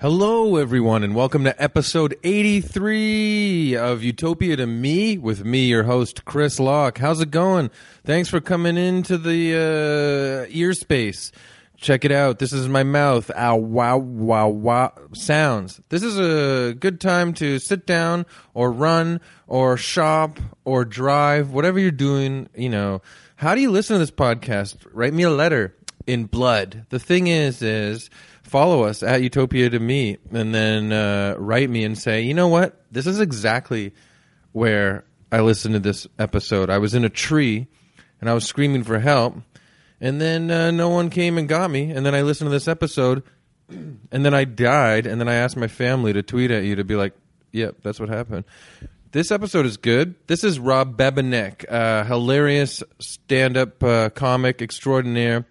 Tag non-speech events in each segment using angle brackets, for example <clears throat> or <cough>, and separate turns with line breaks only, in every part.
Hello, everyone, and welcome to episode 83 of Utopia to Me with me, your host, Chris Locke. How's it going? Thanks for coming into the uh, ear space. Check it out. This is my mouth. Ow, wow, wow, wow. Sounds. This is a good time to sit down or run or shop or drive, whatever you're doing. You know, how do you listen to this podcast? Write me a letter in blood. The thing is, is follow us at Utopia to me, and then uh, write me and say, you know what, this is exactly where I listened to this episode. I was in a tree and I was screaming for help, and then uh, no one came and got me, and then I listened to this episode, and then I died, and then I asked my family to tweet at you to be like, yep, that's what happened. This episode is good. This is Rob Bebenek, uh, hilarious stand-up uh, comic extraordinaire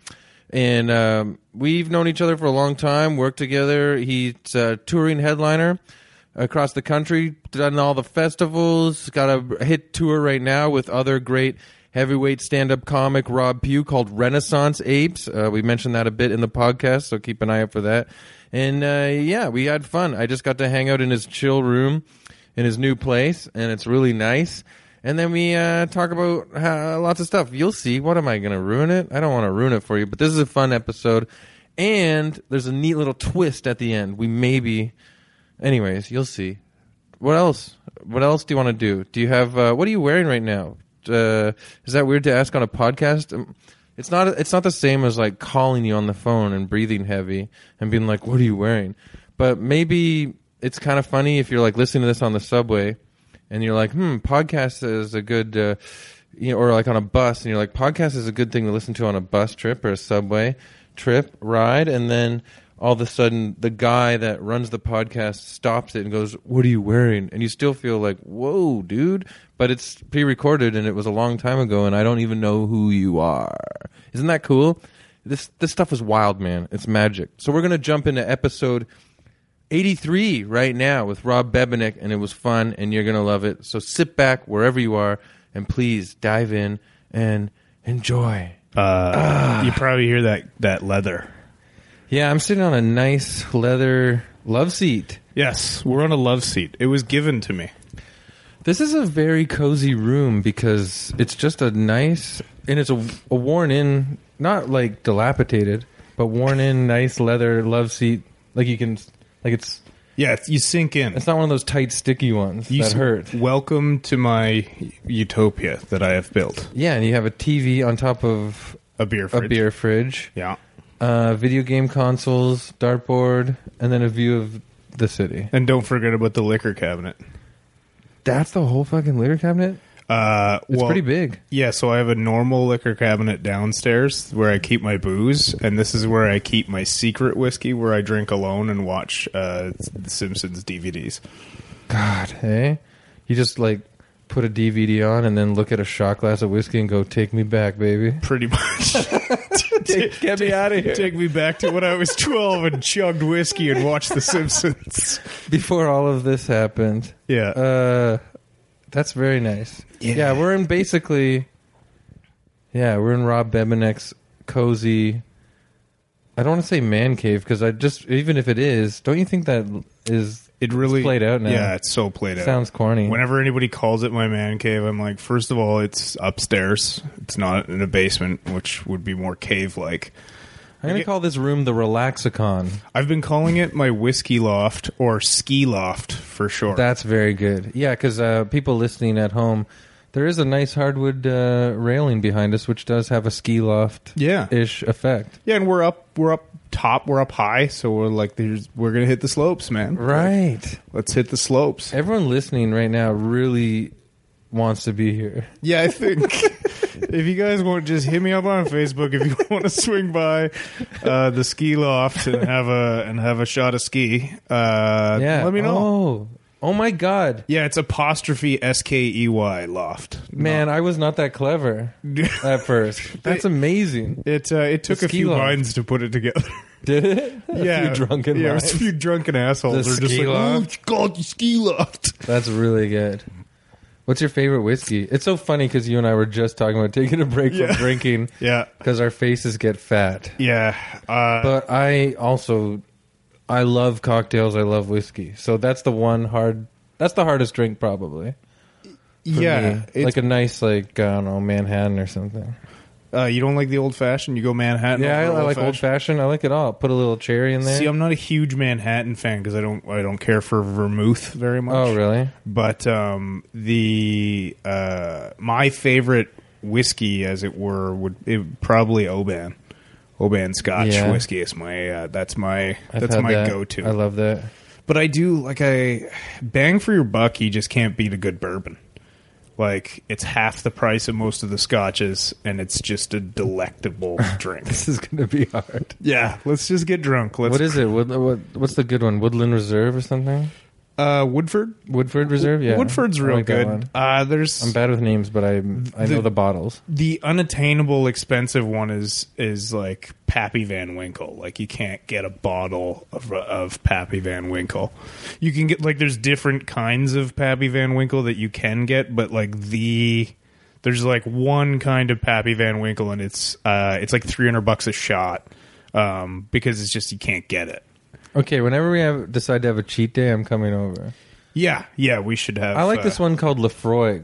and um, we've known each other for a long time. Worked together. He's a touring headliner across the country, done all the festivals. Got a hit tour right now with other great heavyweight stand-up comic Rob Pugh called Renaissance Apes. Uh, we mentioned that a bit in the podcast, so keep an eye out for that. And uh, yeah, we had fun. I just got to hang out in his chill room in his new place, and it's really nice. And then we uh, talk about uh, lots of stuff. You'll see. What am I going to ruin it? I don't want to ruin it for you, but this is a fun episode. And there's a neat little twist at the end. We maybe, anyways, you'll see. What else? What else do you want to do? Do you have? Uh, what are you wearing right now? Uh, is that weird to ask on a podcast? Um, It's not. It's not the same as like calling you on the phone and breathing heavy and being like, "What are you wearing?" But maybe it's kind of funny if you're like listening to this on the subway and you're like, hmm, podcast is a good, uh, you know, or like on a bus, and you're like, podcast is a good thing to listen to on a bus trip or a subway trip ride, and then all of a sudden the guy that runs the podcast stops it and goes, "What are you wearing?" And you still feel like, "Whoa, dude!" But it's pre-recorded and it was a long time ago, and I don't even know who you are. Isn't that cool? This this stuff is wild, man. It's magic. So we're gonna jump into episode 83 right now with Rob Bebenek, and it was fun, and you're going to love it. So sit back wherever you are, and please dive in and enjoy.
You probably hear that that leather.
Yeah, I'm sitting on a nice leather love seat.
Yes, we're on a love seat. It was given to me.
This is a very cozy room because it's just a nice, and it's a, a worn in, not like dilapidated, but worn in, nice leather love seat. Like you can, like it's,
Yeah, it's, you sink in.
it's not one of those tight, sticky ones
you
that
s-
hurt.
Welcome to my utopia that I have built.
Yeah, and you have a TV on top of
A beer
a
fridge.
beer fridge.
Yeah.
uh, video game consoles, dartboard, and then a view of the city.
And don't forget about the liquor cabinet.
That's the whole fucking litter cabinet.
Uh,
It's
well,
pretty big.
Yeah, so I have a normal liquor cabinet downstairs where I keep my booze, and this is where I keep my secret whiskey, where I drink alone and watch uh, The Simpsons DVDs.
God, hey, you just like put a DVD on and then look at a shot glass of whiskey and go, "Take me back, baby."
Pretty <laughs> much.
<laughs> Take- get me outta here.
Take me back to when I was 12 and chugged whiskey and watched The Simpsons. <laughs>
Before all of this happened,
Yeah.
uh, that's very nice.
Yeah.
we're in basically, yeah, we're in Rob Bebenek's cozy. I don't want to say man cave because I just even if it is, don't you think that is
it really
played out now.
Yeah, it's so played out.
sounds corny?
Whenever anybody calls it my man cave, I'm like, first of all, it's upstairs. It's not in a basement, which would be more cave like.
I'm gonna
Okay.
call this room the Relaxicon.
I've been calling it my whiskey loft or ski loft for sure.
That's very good. Yeah, because uh, people listening at home, there is a nice hardwood uh, railing behind us, which does have a ski loft
yeah.
ish effect.
Yeah, and we're up we're up top, we're up high, so we're like there's we're gonna hit the slopes, man.
Right.
Let's hit the slopes.
Everyone listening right now really wants to be here.
Yeah, I think <laughs> if you guys want, just hit me up on Facebook if you <laughs> want to swing by uh, the ski loft and have a and have a shot of ski. Uh,
Yeah.
let me know.
Oh, oh my God,
Yeah, it's apostrophe S K E Y loft. <laughs> uh,
man! I was not that clever at
<laughs>
first. That's amazing.
It uh, it took
The
a
ski
few
loft.
lines to put it together.
Did it? <laughs> A few
yeah,
drunken.
yeah, it was
lines.
a few drunken assholes.
The
are just
ski
like, "Oh,
loft.
"Ooh, it's called the ski loft.
That's really good. What's your favorite whiskey? It's so funny because you and I were just talking about taking a break
Yeah.
from drinking
Yeah.
because our faces get fat.
Yeah. Uh,
But I also, I love cocktails. I love whiskey. So that's the one hard. That's the hardest drink probably. for
yeah.
me.
It's,
like a nice like I don't know Manhattan or something.
uh, you don't like the old fashioned? You go Manhattan?
Yeah, I,
over
I like old
old-fashioned?
fashioned. I like it all. Put a little cherry in there.
See, I'm not a huge Manhattan fan because I don't I don't care for vermouth very much.
oh really?
But um, the uh, my favorite whiskey, as it were, would it, probably Oban, Oban Scotch
Yeah.
whiskey is my uh, that's my
I've
that's
had
my
that.
go to.
I love
<laughs>
that.
But I do like I bang for your buck. You just can't beat a good bourbon. Like it's half the price of most of the scotches, and it's just
<laughs>
a delectable drink.
This is gonna be hard.
Yeah, let's just get drunk. Let's
what is it? Wood, what, what's the good one? Woodland Reserve or something?
uh, Woodford?
Woodford Reserve. Yeah,
Woodford's
I
real
like that one.
good. Uh, there's
I'm bad with names, but I I know
The-
the bottles.
the unattainable expensive one is is like Pappy Van Winkle. Like you can't get a bottle of of Pappy Van Winkle. You can get like there's different kinds of Pappy Van Winkle that you can get, but like the there's like one kind of Pappy Van Winkle and it's uh it's like 300 bucks a shot um because it's just you can't get it.
Okay, whenever we have decide to have a cheat day, I'm coming over.
Yeah, yeah, we should have
I like
uh,
this one called Lefroy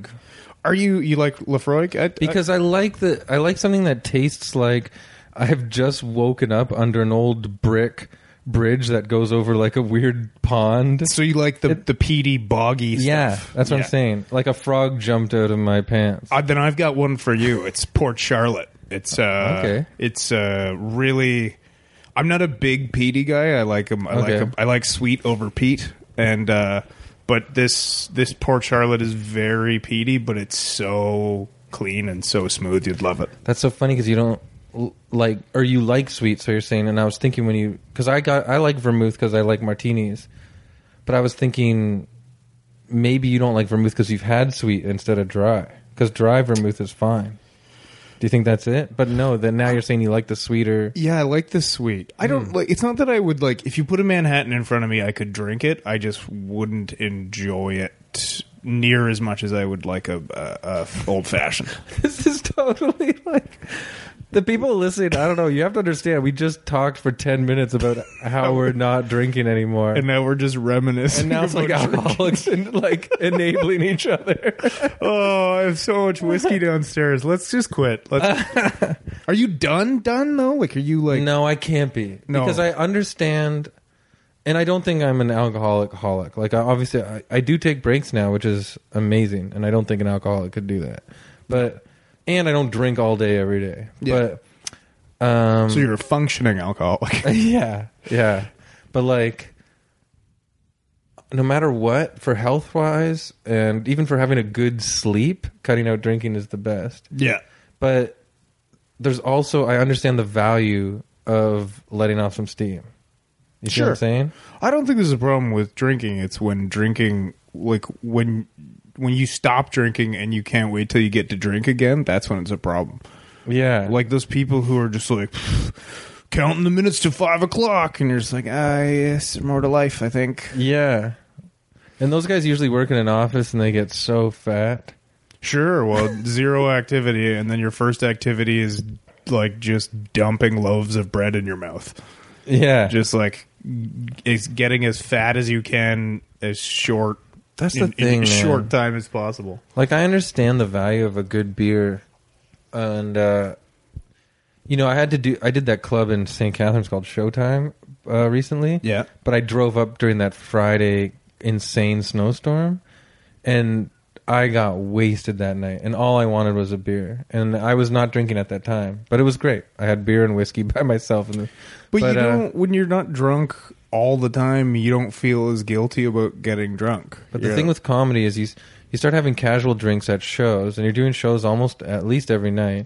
Are you you like Lefroy? I, I,
because I like the I like something that tastes like I have just woken up under an old brick bridge that goes over like a weird pond.
so you like the the peaty boggy
Yeah,
stuff.
that's what
Yeah.
I'm saying. Like a frog jumped out of my pants.
Uh, then I've got one for you. It's Port Charlotte. It's uh,
Okay.
It's uh, really. I'm not a big peaty guy. I like 'em- I like
Okay.
'em- I like sweet over peat, and uh, but this this Port Charlotte is very peaty, but it's so clean and so smooth. You'd love it.
That's so funny because you don't l- like, or you like sweet, so you're saying. And I was thinking when you, because I got, I like vermouth because I like martinis, but I was thinking maybe you don't like vermouth because you've had sweet instead of dry, because dry vermouth is fine. Do you think that's it? But no, then now you're saying you like the sweeter.
Yeah, I like the sweet. I don't like. It's not that I would like. If you put a Manhattan in front of me, I could drink it. I just wouldn't enjoy it near as much as I would like a, a, a old fashioned.
<laughs> This is totally like the people listening. I don't know. You have to understand. We just talked for ten minutes about how we're not drinking anymore.
<laughs> and now we're just reminiscing.
and now it's like
about drink.
alcoholics and like enabling each other.
<laughs> oh, I have so much whiskey downstairs. Let's just quit. Let's. <laughs> are you done? Done though? Like, are you like?
no, I can't be
No.
because I understand, and I don't think I'm an alcoholic holic. Like I, obviously, I, I do take breaks now, which is amazing, and I don't think an alcoholic could do that. But and I don't drink all day every day.
Yeah.
But um,
So you're a functioning
<laughs>
alcoholic. <laughs>
yeah, yeah. But like, no matter what, for health wise, and even for having a good sleep, cutting out drinking is the best
yeah.
but there's also I understand the value of letting off some steam. You see what
Sure.
I'm saying?
I don't think there's a problem with drinking. It's when drinking, like when when you stop drinking and you can't wait till you get to drink again. That's when it's a problem.
Yeah.
Like those people who are just like. <sighs> Counting the minutes to five o'clock, and you're just like, ah, yes, more to life, I think.
yeah. And those guys usually work in an office and they get so fat.
Sure. <laughs> Well, zero activity, and then your first activity is like just dumping loaves of bread in your mouth.
Yeah.
Just like it's getting as fat as you can, as short.
That's the
in, in
thing,
as
man.
short time as possible.
like I understand the value of a good beer and uh you know, I had to do I did that club in St. Catharines called Showtime uh recently.
Yeah.
but I drove up during that Friday insane snowstorm, and I got wasted that night, and all I wanted was a beer, and I was not drinking at that time, but it was great. I had beer and whiskey <laughs> by myself, and
But, you
uh,
don't. When you're not drunk all the time, you don't feel as guilty about getting drunk.
But the
You're-
thing with comedy is you s- you start having casual drinks at shows, and you're doing shows almost at least every night,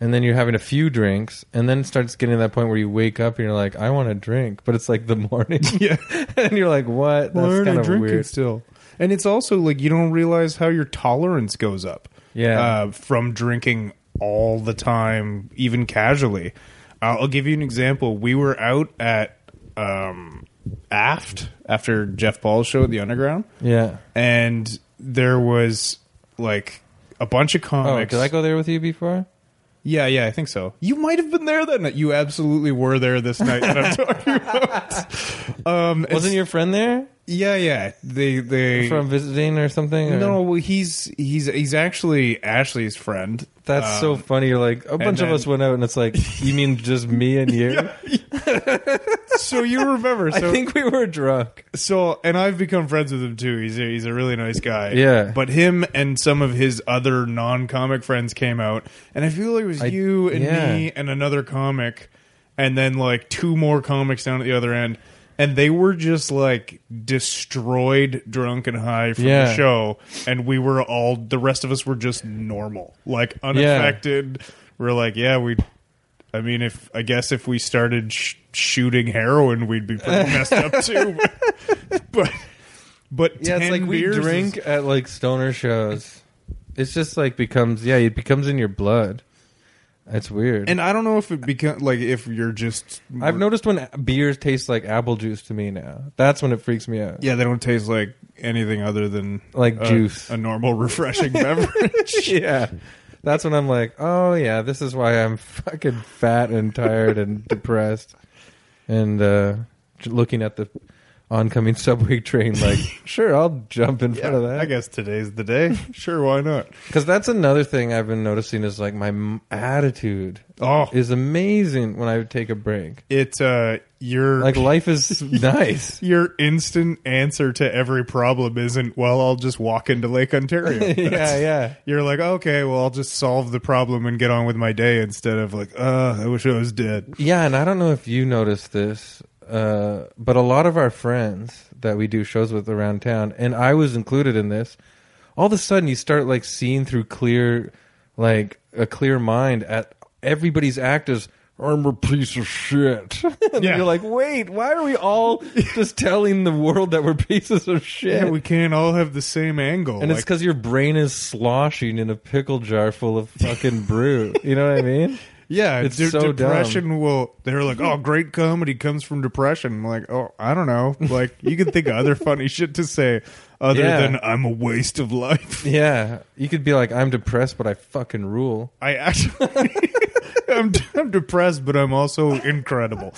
and then you're having a few drinks, and then it starts getting to that point where you wake up and you're like, I want to drink, but it's like the <laughs> morning,
yeah,
and you're like, what?
why
That's
aren't I
kind of
drinking
weird.
still? And it's also like you don't realize how your tolerance goes up.
Yeah.
uh, from drinking all the time, even casually. I'll I'll give you an example. We were out at um, Aft after Jeff Paul's show at the Underground,
Yeah.
and there was like a bunch of
Oh,
comics.
did I go there with you before?
Yeah, yeah, I think so. You might have been there that night. You absolutely were there
<laughs>
this night that I'm talking about. Um, it's-
Wasn't your friend there
yeah, yeah. They they
from visiting or something? or-
no. well, He's he's he's actually Ashley's friend. Uh,
That's so funny. You're like a bunch
Um, then-
of us went out, and it's like you mean just me and you.
<laughs> So you remember?
<laughs>
So,
I think we were
<laughs>
drunk.
so and I've become friends with him too. He's a, he's a really nice guy.
Yeah.
But him and some of his other non-comic friends came out, and I feel like it was
I-
you and
yeah.
me and another comic, and then like two more comics down at the other end, and they were just like destroyed, drunk and high from the
Yeah.
show, and we were all the rest of us were just normal, like unaffected. We're like, yeah, we. I mean, if I guess if we started sh- shooting heroin, we'd be pretty messed up
<laughs>
too. But <laughs> but, but
Yeah, it's
10
like we
beers is-
drink at like stoner shows. It's just like becomes yeah, it becomes in your blood. That's weird.
and I don't know if it becomes like if you're just
I've noticed when beers taste like apple juice to me now. That's when it freaks me out.
yeah, they don't taste like anything other than
Like
a-
juice. <laughs>
a normal refreshing beverage.
yeah. That's when I'm like, oh yeah, this is why I'm fucking fat and tired and depressed, and uh, j- looking at the oncoming subway train. Like, sure, I'll jump in front of
I
that
guess today's
<laughs>
the day. Sure, why not?
because that's another thing I've been noticing is like my m- attitude
Oh,
is amazing when I take a break.
it uh, your
Like life is nice.
your instant answer to every problem isn't well. I'll just walk into Lake Ontario.
<laughs> yeah, yeah.
You're like, okay, well, I'll just solve the problem and get on with my day instead of like, uh, I wish I was dead.
Yeah, and I don't know if you noticed this, uh, but a lot of our friends that we do shows with around town, and I was included in this, all of a sudden you start like seeing through clear, like a clear mind at everybody's act as I'm a piece of shit. <laughs> and
Yeah.
you're like, wait, why are we all just telling the world that we're pieces of shit?
<laughs> Yeah, we can't all have the same angle.
and it's
Like,
because your brain is sloshing in a pickle jar full of fucking brew. You know what I
<laughs>
mean?
yeah,
it's
de-
so dumb.
depression will. They're like, oh, great comedy comes from depression. I'm like, oh, I don't know. Like, you can think
<laughs>
of other funny shit to say other
Yeah.
than I'm a waste
<laughs>
of life.
Yeah, you could be like, I'm depressed, but I fucking rule. <laughs>
I actually, <laughs> I'm, I'm depressed, but I'm also incredible.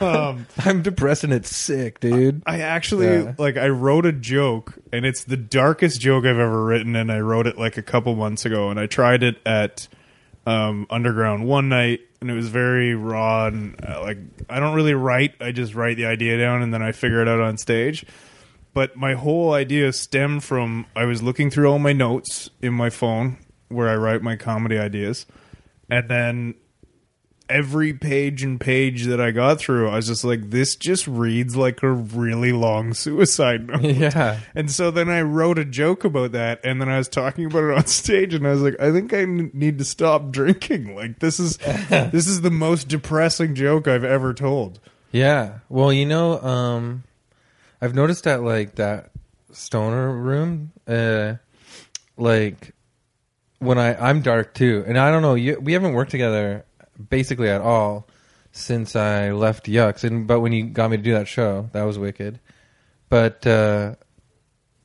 I'm depressed and it's sick, dude.
I actually
Yeah.
like I wrote a joke and it's the darkest joke I've ever written and I wrote it like a couple months ago and I tried it at um, underground one night and it was very raw and uh, like I don't really write I just write the idea down and then I figure it out on stage but my whole idea stemmed from I was looking through all my notes in my phone where I write my comedy ideas and then every page and page that I got through, I was just like, this just reads like a really long suicide
<laughs>
note.
Yeah.
And so then I wrote a joke about that, and then I was talking about it on stage, and I was like, I think I n- need to stop drinking. <laughs> Like
<laughs>
this is this is the most depressing joke I've ever told.
Yeah. Well, you know, um I've noticed that like that stoner room uh like when I I'm dark too. And I don't know, you, we haven't worked together basically at all since I left Yucks and but when you got me to do that show, that was wicked. But uh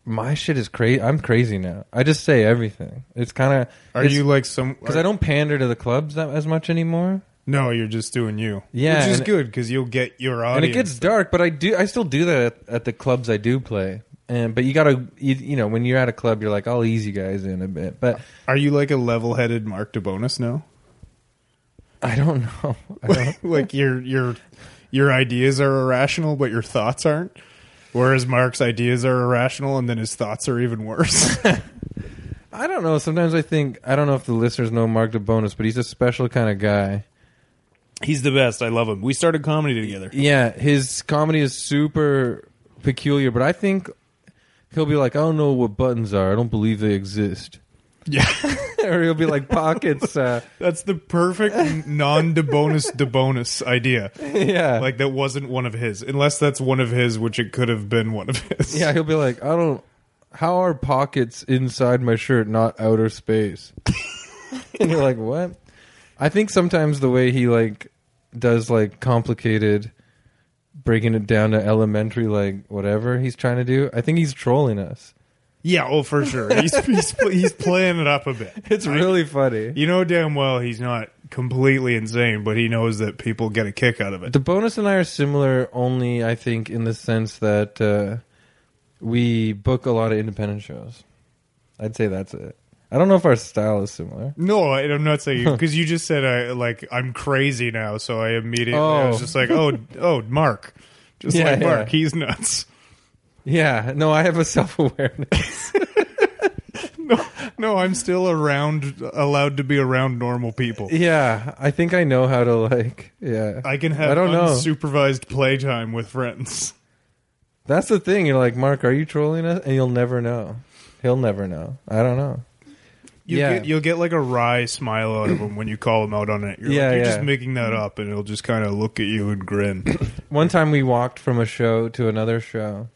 my shit is crazy. I'm crazy now. I just say everything. It's kind of
Are you like some?
because I don't pander to the clubs that, as much anymore.
No, you're just doing you.
Yeah,
which is
and-
good because you'll get your
and
audience.
it gets dark but i do i still do that at, at the clubs i do play and but you gotta you, you know when you're at a club you're like i'll ease you guys in a bit but
Are you like a level-headed Mark DeBonis now?
i don't know <laughs> I
<laughs>
don't,
like your your your ideas are irrational, but your thoughts aren't. Whereas Mark's ideas are irrational, and then his thoughts are even worse. <laughs>
I don't know sometimes i think i don't know if the listeners know mark debonis but he's a special kind of guy
He's the best. I love him. We started comedy together.
yeah his comedy is super peculiar but i think he'll be like i don't know what buttons are i don't believe they exist
Yeah,
<laughs> or he'll be like pockets
<laughs>
uh,
that's the perfect non-debonus debonus idea.
yeah
Like that wasn't one of his, unless that's one of his, which it could have been one of his.
Yeah, he'll be like, I don't. How are pockets inside my shirt not outer space? <laughs> and you're like, what? I think sometimes the way he like does like complicated, breaking it down to elementary, like whatever he's trying to do. I think he's trolling us.
Yeah, oh for sure. He's he's, pl- he's playing it up a bit.
<laughs> It's
I-
really funny.
you know damn well he's not completely insane, but he knows that people get a kick out of it.
The bonus and I are similar, only I think in the sense that uh, we book a lot of independent shows. I'd say that's it. I don't know if our style is similar.
No, I- I'm not saying because you just said I like I'm crazy now, so I immediately I was
Oh.
just like, oh, oh, Mark, just
Yeah,
like
yeah.
Mark, he's nuts.
Yeah, no, I have a <laughs> self awareness.
No, I'm still around, allowed to be around normal people.
yeah, I think I know how to like. Yeah,
I can have
I don't know.
unsupervised playtime with friends.
that's the thing. You're like, Mark, are you trolling us? And you'll never know. He'll never know. I don't know.
You
Yeah.
get, you'll get like a wry smile out of him when you call him out on it. You're, like,
Yeah,
you're
yeah.
just making that up, and he'll just kind of look at you
<coughs>
and grin.
One time we walked from a show to another show,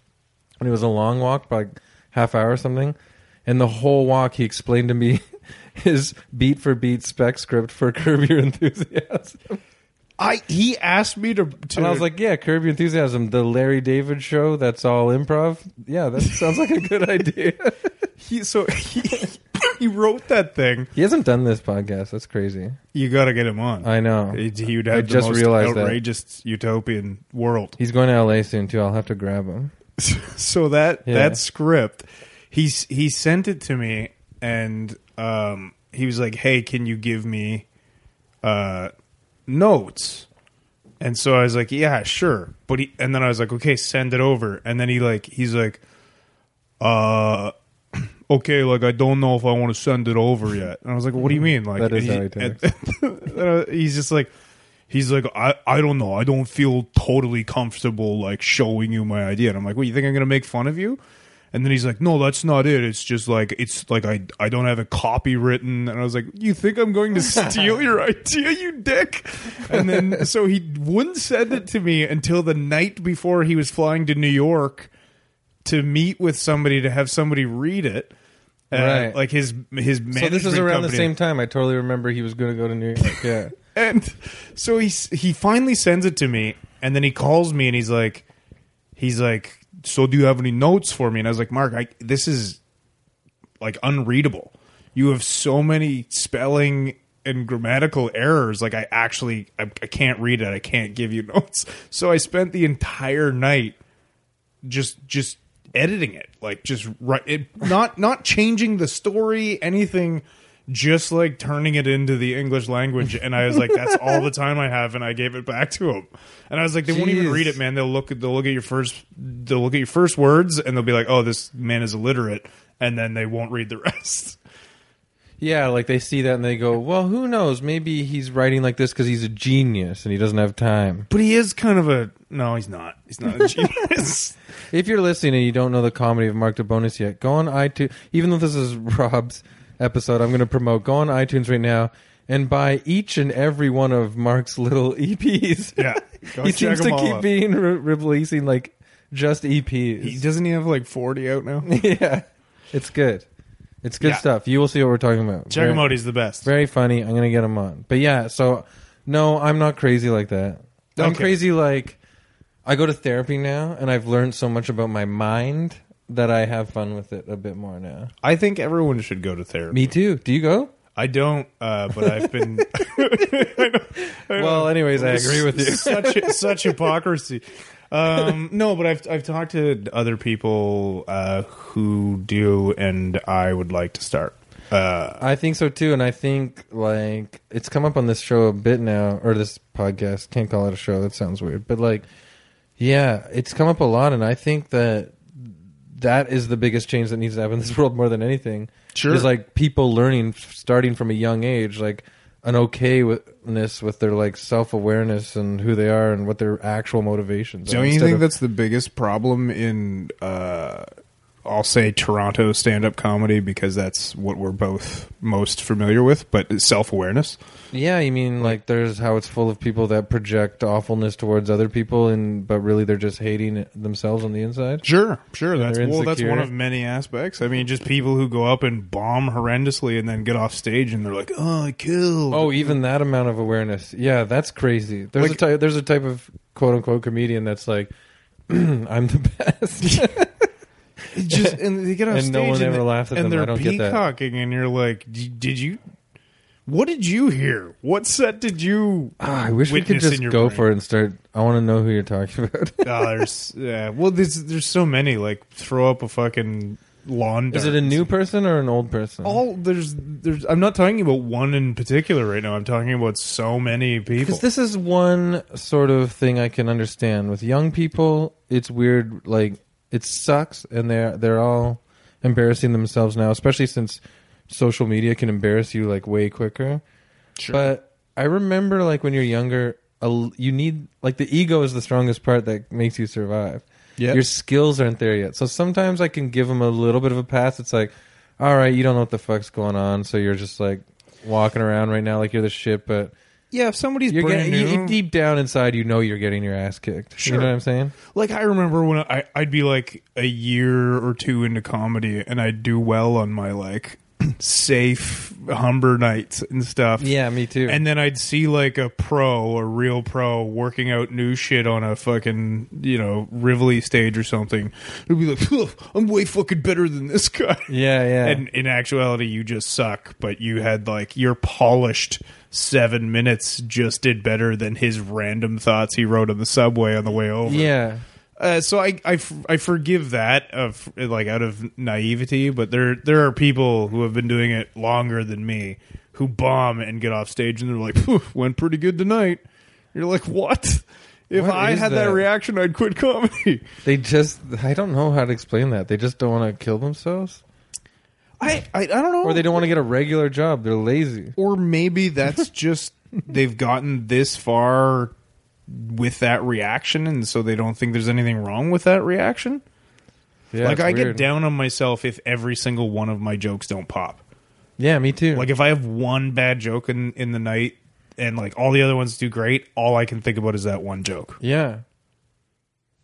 and it was a long walk, by like half hour or something. And the whole walk, he explained to me <laughs> his beat for beat spec script for <laughs> Curb Your Enthusiasm.
I he asked me to, to
And I was like, "Yeah, Curb Your Enthusiasm, the Larry David show. That's all improv. Yeah, that sounds like a good <laughs> idea."
he so <laughs> he, he wrote that thing.
He hasn't done this podcast. That's crazy.
You got to get him on.
I know.
He- he would
I
have the
just
most
realized that.
outrageous utopian world. <laughs>
He's going to LA soon too. I'll have to grab him.
so that
Yeah.
that script, he s- he sent it to me, and um, he was like, "Hey, can you give me uh, notes?" And so I was like, "Yeah, sure." But he, and then I was like, "Okay, send it over." And then he like he's like, "Uh." <clears throat> Okay, like I don't know if I want to send it over yet, and I was like, "What do you mean?" Like
Mm-hmm. That is
and
how he talks.
<laughs> and I- he's just like, he's like, I, I don't know. I don't feel totally comfortable like showing you my idea. And I'm like, what, you think I'm going to make fun of you? And then he's like, no, that's not it. It's just like, it's like I, I don't have a copy written. And I was like, you think
<laughs>
I'm going to steal your idea, you dick? And then, so he wouldn't send it to me until the night before he was flying to New York to meet with somebody to have somebody read it. Uh,
Right.
Like his his
So this was around the
company.
same time. I totally remember he was going to go to New
<laughs>
York. Yeah.
And so he he finally sends it to me, and then he calls me, and he's like, he's like, so do you have any notes for me? And I was like, Mark, I, this is like unreadable. You have so many spelling and grammatical errors. Like I actually, I, I can't read it. I can't give you <laughs> notes. So I spent the entire night just just editing it like just right it, not not changing the story anything just like turning it into the english language and i was like that's all the time i have and i gave it back to him and i was like they won't even
Jeez.
read it man they'll look at they'll look at your first they'll look at your first words and they'll be like oh this man is illiterate and then they won't read the <laughs> rest
Yeah, like they see that and they go, "Well, who knows? Maybe he's writing like this because he's a genius and he doesn't have time."
but he is kind of a no he's not he's not <laughs> a genius
If you're listening and you don't know the comedy of Mark DeBonis yet, go on iTunes. Even though this is <laughs> Rob's episode, I'm going to promote. Go on iTunes right now and buy each and every one of Mark's little <laughs> EPs.
yeah
<laughs>
Go
he
check
seems
them
to
all
keep
out.
being re- releasing like just
he
EPs.
doesn't he have like 40 out now
<laughs> yeah, it's good. It's good
Yeah.
stuff. You will see what we're talking about.
check him
Very-
out he's the best
Very funny. I'm gonna get him on. But yeah, so no, I'm not crazy like that. I'm
Okay.
crazy like I go to therapy now, and I've learned so much about my mind that I have fun with it a bit more now.
i think everyone should go to therapy
Me too. Do you go?
I don't, uh, but I've <laughs> been. <laughs>
Well, anyways, I <laughs> agree with you.
such such hypocrisy.
<laughs>
Um, no, but I've I've talked to other people uh, who do, and I would like to start. Uh,
I think so too, and I think like it's come up on this show a bit now, or this podcast. Can't call it a show. That sounds weird, but like, yeah, it's come up a lot, and I think that that is the biggest change that needs to happen in this <laughs> world more than anything.
Sure.
is like people learning f- starting from a young age, like an okayness with their like self awareness and who they are and what their actual motivations. are
don't you
instead
think
of-
that's the biggest problem in? Uh, I'll say Toronto stand-up comedy because that's what we're both most familiar with. But self-awareness.
Yeah, you mean like there's how it's full of people that project awfulness towards other people, and but really they're just hating it themselves on the inside.
Sure, sure. That's
they're
well, that's
insecure.
one of many aspects. I mean, just people who go up and bomb horrendously and then get off stage and they're like, "Oh, I killed."
Oh, even that amount of awareness. Yeah, that's crazy. There's
Like-
a type. There's a <clears throat> type of quote unquote comedian that's like, I'm the best.
just and they get on
And
stage
no one
and,
ever
they-
laughed at
and
them. I
they're
don't get that.
peacocking and you're like, "D- did you? What did you hear? What set did you?
<laughs> Ah, I wish we could
witness in
just
your
go
brain?
for it and start. I want to know who you're talking <laughs> about.
<laughs> Ah, there's yeah. Well, there's there's so many like throw up a fucking lawn.
Is
dart.
it a new person or an old person?
all there's there's I'm not talking about one in particular right now. I'm talking about so many people.
Because this is one sort of thing I can understand with young people. It's weird, like it sucks, and they're they're all embarrassing themselves now, especially since social media can embarrass you like way quicker.
Sure.
But I remember like when you're younger, a l- you need like the ego is the strongest part that makes you survive.
Yep.
Your skills aren't there yet, so sometimes I can give them a little bit of a pass. It's like, all right, you don't know what the fuck's going on, so you're just like walking around right now like you're the shit, but
yeah, if somebody's
you're
brand
getting,
new,
you- deep down inside, you know you're getting your ass kicked. You
Sure.
know what I'm saying?
like I remember when I I'd be like a year or two into comedy and I'd do well on my like <clears throat> safe Humber nights and stuff.
Yeah, me too.
And then I'd see like a pro, a real pro, working out new shit on a fucking, you know, Rivoli stage or something. It'd be like, "Ugh, I'm way fucking better than this guy.
yeah, yeah.
And in actuality, you just suck, but you had like your polished seven minutes just did better than his random thoughts he wrote on the subway on the way over.
yeah.
Uh, so I, I, f- I forgive that of like out of naivety, but there there are people who have been doing it longer than me who bomb and get off stage and they're like, "Phew, went pretty good tonight. You're like, what? If
What
I
is
had that?
that?
reaction, I'd quit comedy. <laughs>
They just, I don't know how to explain that. They just don't want to kill themselves.
I, I I don't know.
Or they don't want to get a regular job. They're lazy.
or maybe <laughs> that's just they've gotten this far with that reaction and so they don't think there's anything wrong with that reaction
Yeah,
like
it's
i
weird.
get down on myself if every single one of my jokes don't pop
Yeah, me too.
like if i have one bad joke in in the night and like all the other ones do great all i can think about is that one joke
yeah.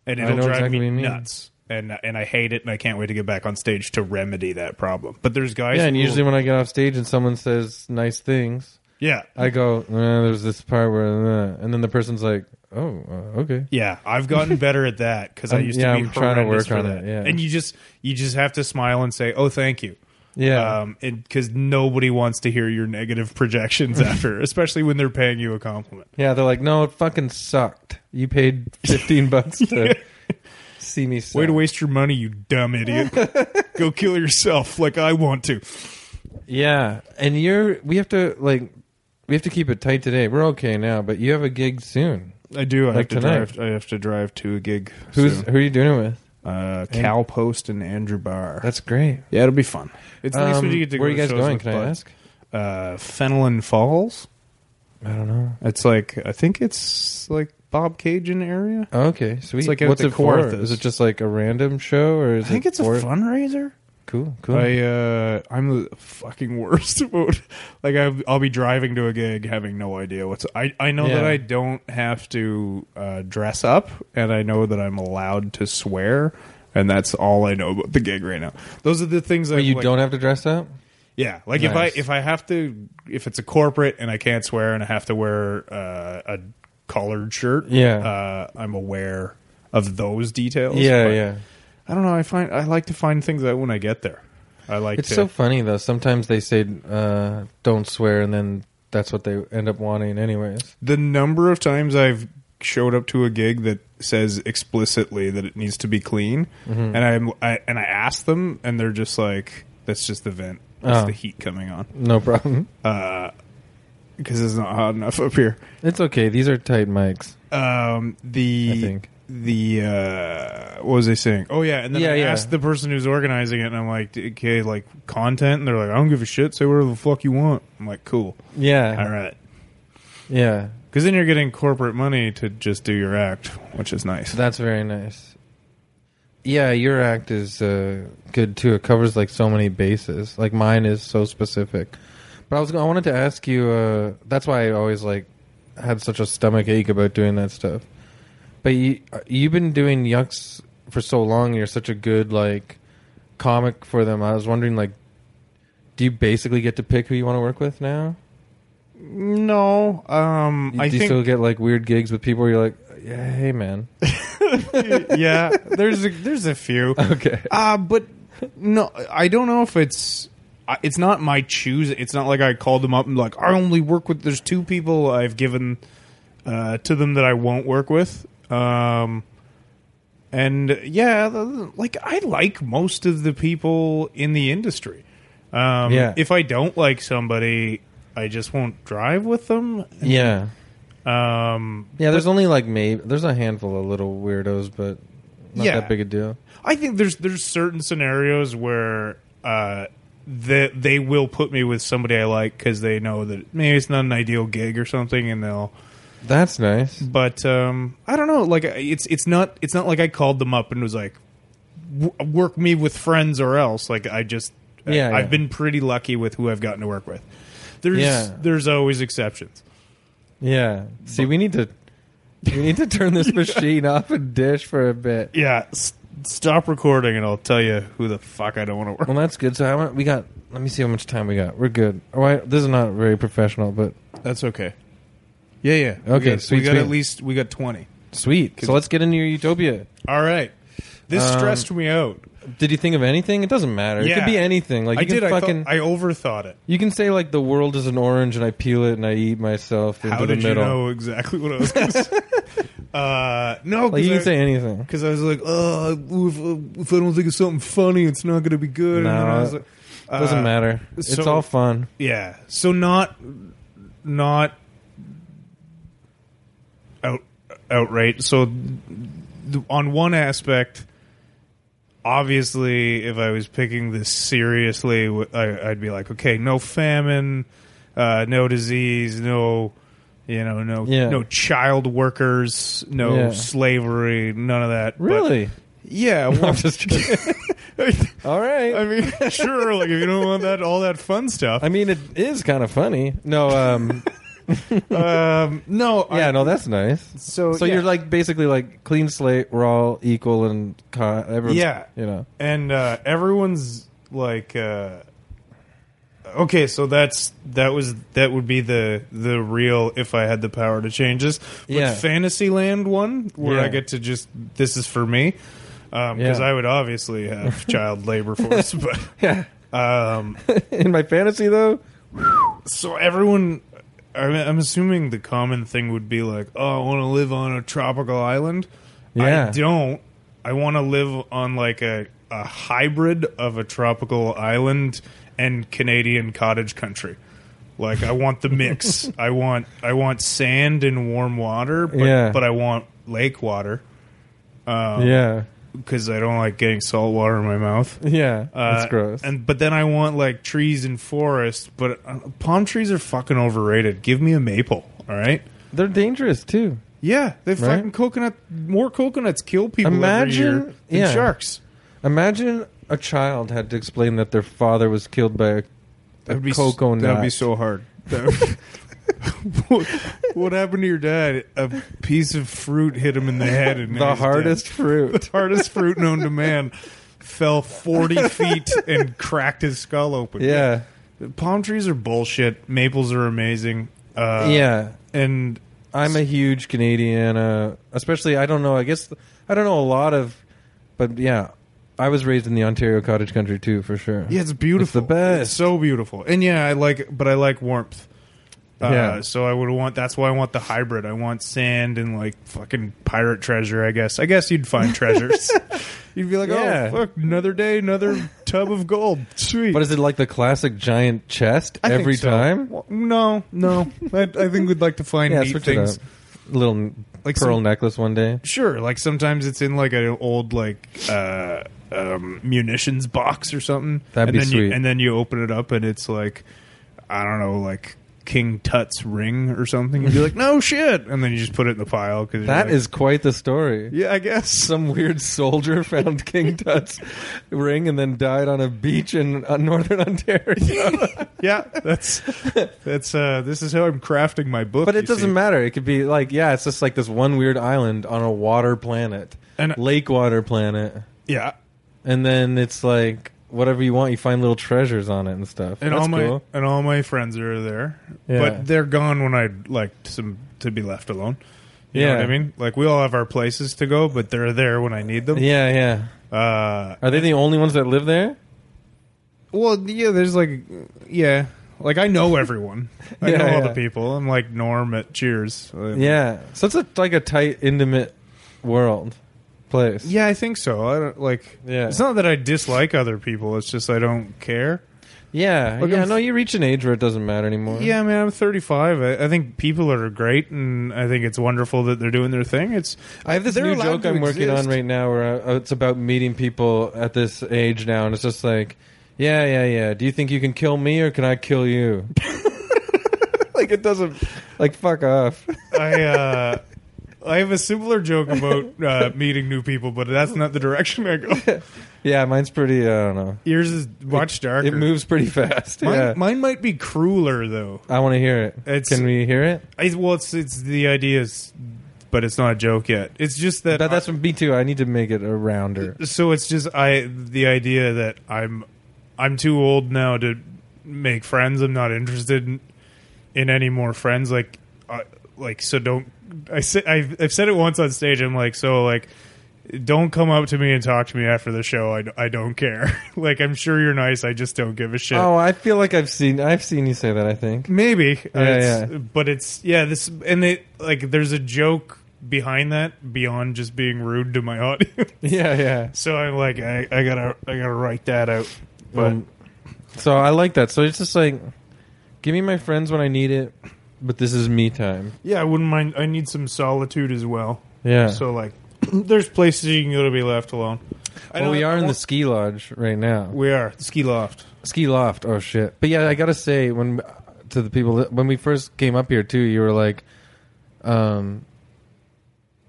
and
I
it'll
know
drive
exactly what
me
you mean.
nuts and and i hate it and i can't wait to get back on stage to remedy that problem but there's guys
Yeah, and
who-
usually when I get off stage and someone says nice things,
yeah
I go, eh, there's this part where, eh," and then the person's like, oh, uh, okay.
Yeah, I've gotten better at that because
<laughs>
I
I'm-
used
yeah,
to be
I'm trying to
horrendous
work
for
on it, yeah.
and you just you just have to smile and say, "Oh, thank you."
Yeah.
um, because nobody wants to hear your negative projections
<laughs>
after, especially when they're paying you a compliment.
yeah, they're like, no, it fucking sucked. You paid 15 bucks
<laughs>
to see me suck.
Way to waste your money, you
<laughs>
dumb idiot! Go kill yourself, like I want to.
Yeah, and you're we have to like we have to keep it tight today. We're okay now, but you have a gig soon.
I do. I
Like
have to
tonight.
drive. I have to drive to a gig.
Who's
soon.
who are you doing it with?
uh, Cal Post and Andrew Barr?
That's great.
yeah, it'll be fun. It's nice when
Um,
you get to
where
go
are you
to
guys
shows
going?
with
Can I
buds.
ask?
Uh, Fenelon Falls.
I don't know.
It's like I think it's like Bob Cajun area.
Oh, okay, sweet.
It's like at
What's
the
it for?
Kawarthas.
Is it just like a random show, or is
I think
it
it's a
for-
fundraiser.
Cool, cool.
I uh, I'm the fucking worst <laughs> about like I, I'll be driving to a gig having no idea what's I I know that
Yeah.
I don't have to uh, dress up and I know that I'm allowed to swear and that's all I know about the gig right now. Those are the things
Where
that
you
like,
don't have to dress up.
Yeah, like if I
Nice.
if I have to if it's a corporate and I can't swear and I have to wear uh, a collared shirt.
Yeah.
uh, I'm aware of those details.
Yeah,
but
yeah.
I don't know. I find I like to find things out when I get there. I like
It's
to.
so funny though. Sometimes they say uh, don't swear, and then that's what they end up wanting, anyways.
the number of times I've showed up to a gig that says explicitly that it needs to be clean, and I'm I, and I ask them, and they're just like, "That's just the vent. That's
Oh.
the heat coming on."
No problem.
Because it's not hot enough up here.
It's okay. These are tight mics.
um the
I think.
the uh what was I saying? Oh yeah, and then
Yeah,
I
yeah.
asked the person who's organizing it and I'm like, okay, like content and they're like, I don't give a shit, say whatever the fuck you want. I'm like, cool. All
Yeah,
right.
yeah.
Cuz then you're getting corporate money to just do your act, which is nice.
That's very nice. Yeah, your act is uh, good too. It covers like so many bases. Like mine is so specific. But I was I wanted to ask you. Uh, that's why I always like had such a stomach ache about doing that stuff. But you uh, you've been doing yucks for so long. and You're such a good like comic for them. I was wondering like, do you basically get to pick who you want to work with now?
no, um
You-
I
do you
think um,
still get like weird gigs with people where you're like, yeah, hey man.
<laughs> yeah, there's a, there's a few.
Okay.
Uh, but no, I don't know if it's I- it's not my choose. It's not like I called them up and like I only work with. There's two people I've given uh, to them that I won't work with. Um, and uh, yeah, th- like I like most of the people in the industry. Um,
Yeah.
If I don't like somebody, I just won't drive with them.
Yeah.
Um,
Yeah, there's only like maybe there's a handful of little weirdos, but not
Yeah.
that big a deal.
I think there's there's certain scenarios where uh, that they will put me with somebody I like because they know that maybe it's not an ideal gig or something, and they'll.
That's nice.
But um, I don't know. Like it's it's not it's not like I called them up and was like, w- work me with friends or else. Like I just
Yeah,
I, have
yeah.
been pretty lucky with who I've gotten to work with. There's
Yeah.
there's always exceptions.
Yeah. See, we need to we need to turn
<laughs>
this machine off and dish for a bit.
Yeah, s- stop recording and I'll tell you who the fuck I don't want to work.
Well, that's good. So I want we got. Let me see how much time we got. We're good. All right. This is not very professional, but
That's okay. Yeah, yeah. We
Okay,
got-
sweet,
we got
sweet.
at least we got twenty.
sweet. So let's get into your utopia.
All right. This
Um,
stressed me out.
Did you think of anything? It doesn't matter. It
Yeah.
could be anything. Like you
I
can
did. I,
fucking.
thought, I overthought it.
you can say like the world is an orange, and I peel it and I eat myself into
How
the
did you
middle.
know exactly what I was
<laughs>
going to say? uh, no,
Like you can
because
say anything.
I, was like, oh, if, if I don't think of something funny, it's not going to be good. and then I
No,
was like,
It doesn't
uh,
matter. it's
so-
all fun.
Yeah. So not, not out outright. So th- on one aspect, obviously, if I was picking this seriously, w- I, would be like, okay, no famine, uh, no disease, no. You know, no,
Yeah.
no child workers, no
Yeah.
slavery, none of that. But-
Really?
yeah.
<laughs> No, I'm
Well,
just
<laughs>
kidding. all right.
I mean, <laughs> sure. Like, if you don't want that, all that fun
<laughs>
stuff.
I mean, it is kind of funny. No, um,
Um, no,
<laughs>
I-
yeah, no, that's nice.
So,
So
yeah.
you're like basically like clean slate. We're all equal and con- everyone's,
Yeah.
you
<laughs>
know,
and uh, everyone's like, uh, okay, so that's that was that would be the the real if I had the power to change this. With
Yeah.
Fantasyland one where
Yeah.
I get to just this is for me because
Yeah.
I would obviously have child labor force, <laughs> but
yeah.
um,
<laughs> In my fantasy though,
so everyone. I mean, I'm assuming the common thing would be like, "Oh, I want to live on a tropical island."
Yeah.
I don't. I want to live on like a a hybrid of a tropical island and Canadian cottage country. Like I want
<laughs>
the mix. I want I want sand and warm water, but,
Yeah.
but I want lake water Um,
yeah,
because I don't like getting salt water in my mouth.
yeah,
Uh,
that's gross.
And but then I want like trees and forests, but uh, palm trees are fucking overrated. Give me a maple, all right?
They're dangerous too.
Yeah, they
Right?
fucking coconut. More coconuts kill people
Imagine-
every year than
yeah.
sharks.
Imagine a child had to explain that their father was killed by a, a
That'd be s-
coconut.
That'd be so hard. That would- <laughs> what, what happened to your dad? A piece of fruit hit him in the head, and
the
he's
hardest
dead. <laughs>
fruit.
hardest fruit known to man.
<laughs>
Fell forty feet and cracked his skull open.
Yeah,
palm trees are bullshit. Maples are amazing. Uh,
yeah.
and
I'm a huge Canadiana, especially I don't know. I guess I don't know a lot of, but yeah, I was raised in the Ontario cottage country too, for sure.
yeah, it's beautiful.
It's the best.
It's so beautiful. And yeah, I like, but I like warmth. Uh,
Yeah.
So I would want. That's why I want the hybrid. I want sand and like fucking pirate treasure. I guess. I guess you'd
<laughs>
find treasures. you'd be like,
Yeah.
oh fuck, another day, another tub of gold. Sweet.
But is it like the classic giant chest
I think
every
so.
time?
Well, no, no. I, I think we'd like to find
Yeah,
neat
switch
things.
it up. Little
Like
pearl
some-
necklace one
<laughs>
day.
Sure, like sometimes it's in like an old like uh, um, munitions box or something.
That'd
and
be
then
sweet.
You, and then you open it up and it's like I don't know, like King Tut's ring or something. You'd be like, <laughs> no shit, and then you just put it in the pile because
That is quite the story.
yeah, I guess.
Some weird soldier <laughs> found King Tut's ring and then died on a beach in uh, northern <laughs> Ontario.
<laughs> <laughs> Yeah, that's that's uh, this is how I'm crafting my book.
but
you
it
see.
doesn't matter. It could be like, yeah, it's just like this one weird island on a water planet,
And-
lake water planet.
Yeah,
and then it's like whatever you want. You find little treasures on it and stuff.
and
That's
all my
cool.
and all my friends are there,
Yeah.
but they're gone when I'd like some to be left alone. You know
Yeah.
what I mean? Like we all have our places to go, but they're there when I need them.
Yeah, yeah.
Uh,
Are they the only ones that live there?
well, yeah, there's like, yeah, like I know everyone.
<laughs>
I
Yeah,
know all
yeah.
the people. I'm like Norm at Cheers. Uh,
Yeah. So it's a, like a tight, intimate world place.
yeah, I think so. I don't like.
Yeah.
It's not that I dislike other people. It's just I don't care.
Yeah.
Look,
yeah.
I'm-
No, you reach an age where it doesn't matter anymore.
Yeah, man, I'm 35. I, I think people are great, and I think it's wonderful that they're doing their thing. It's
I have this
They're
new
allowed
joke
to
I'm working on
exist.
right now where I, uh, it's about meeting people at this age now, and it's just like, yeah, yeah, yeah. Do you think you can kill me or can I kill you? <laughs> like, it doesn't, like, fuck off.
I uh, I have a similar joke about uh, meeting new people, but that's not the direction
<laughs>
I go.
Yeah, mine's pretty, uh, I don't know.
Yours is much darker.
It moves pretty fast.
Mine,
yeah.
mine might be crueler though.
I want to hear it.
It's-
can we hear it?
I, well, it's it's the ideas, but it's not a joke yet. It's just that.
That, that's from me too. I need to make it a rounder.
so it's just I the idea that I'm I'm too old now to make friends. I'm not interested in, in any more friends. Like I like so don't I said I've, I've said it once on stage. I'm like so like don't come up to me and talk to me after the show. I, d- I don't care. <laughs> like I'm sure you're nice. I just don't give a shit.
Oh, I feel like I've seen I've seen you say that. I think.
Maybe, Uh,
Yeah,
it's-
yeah.
but it's yeah. This and they like there's a joke behind that beyond just being rude to my <laughs> audience.
Yeah, yeah.
so I'm like, I, I gotta, I gotta write that out. But
Um, so I like that. So it's just like, give me my friends when I need it, but this is me time.
yeah, I wouldn't mind. I need some solitude as well.
Yeah.
So like, <clears throat> there's places you can go to be left alone. I
well,
know-
we are
I
in the
want-
ski lodge right now.
We are ski loft.
Ski loft. Oh shit. But yeah, I gotta say when to the people that, when we first came up here too, you were like, um,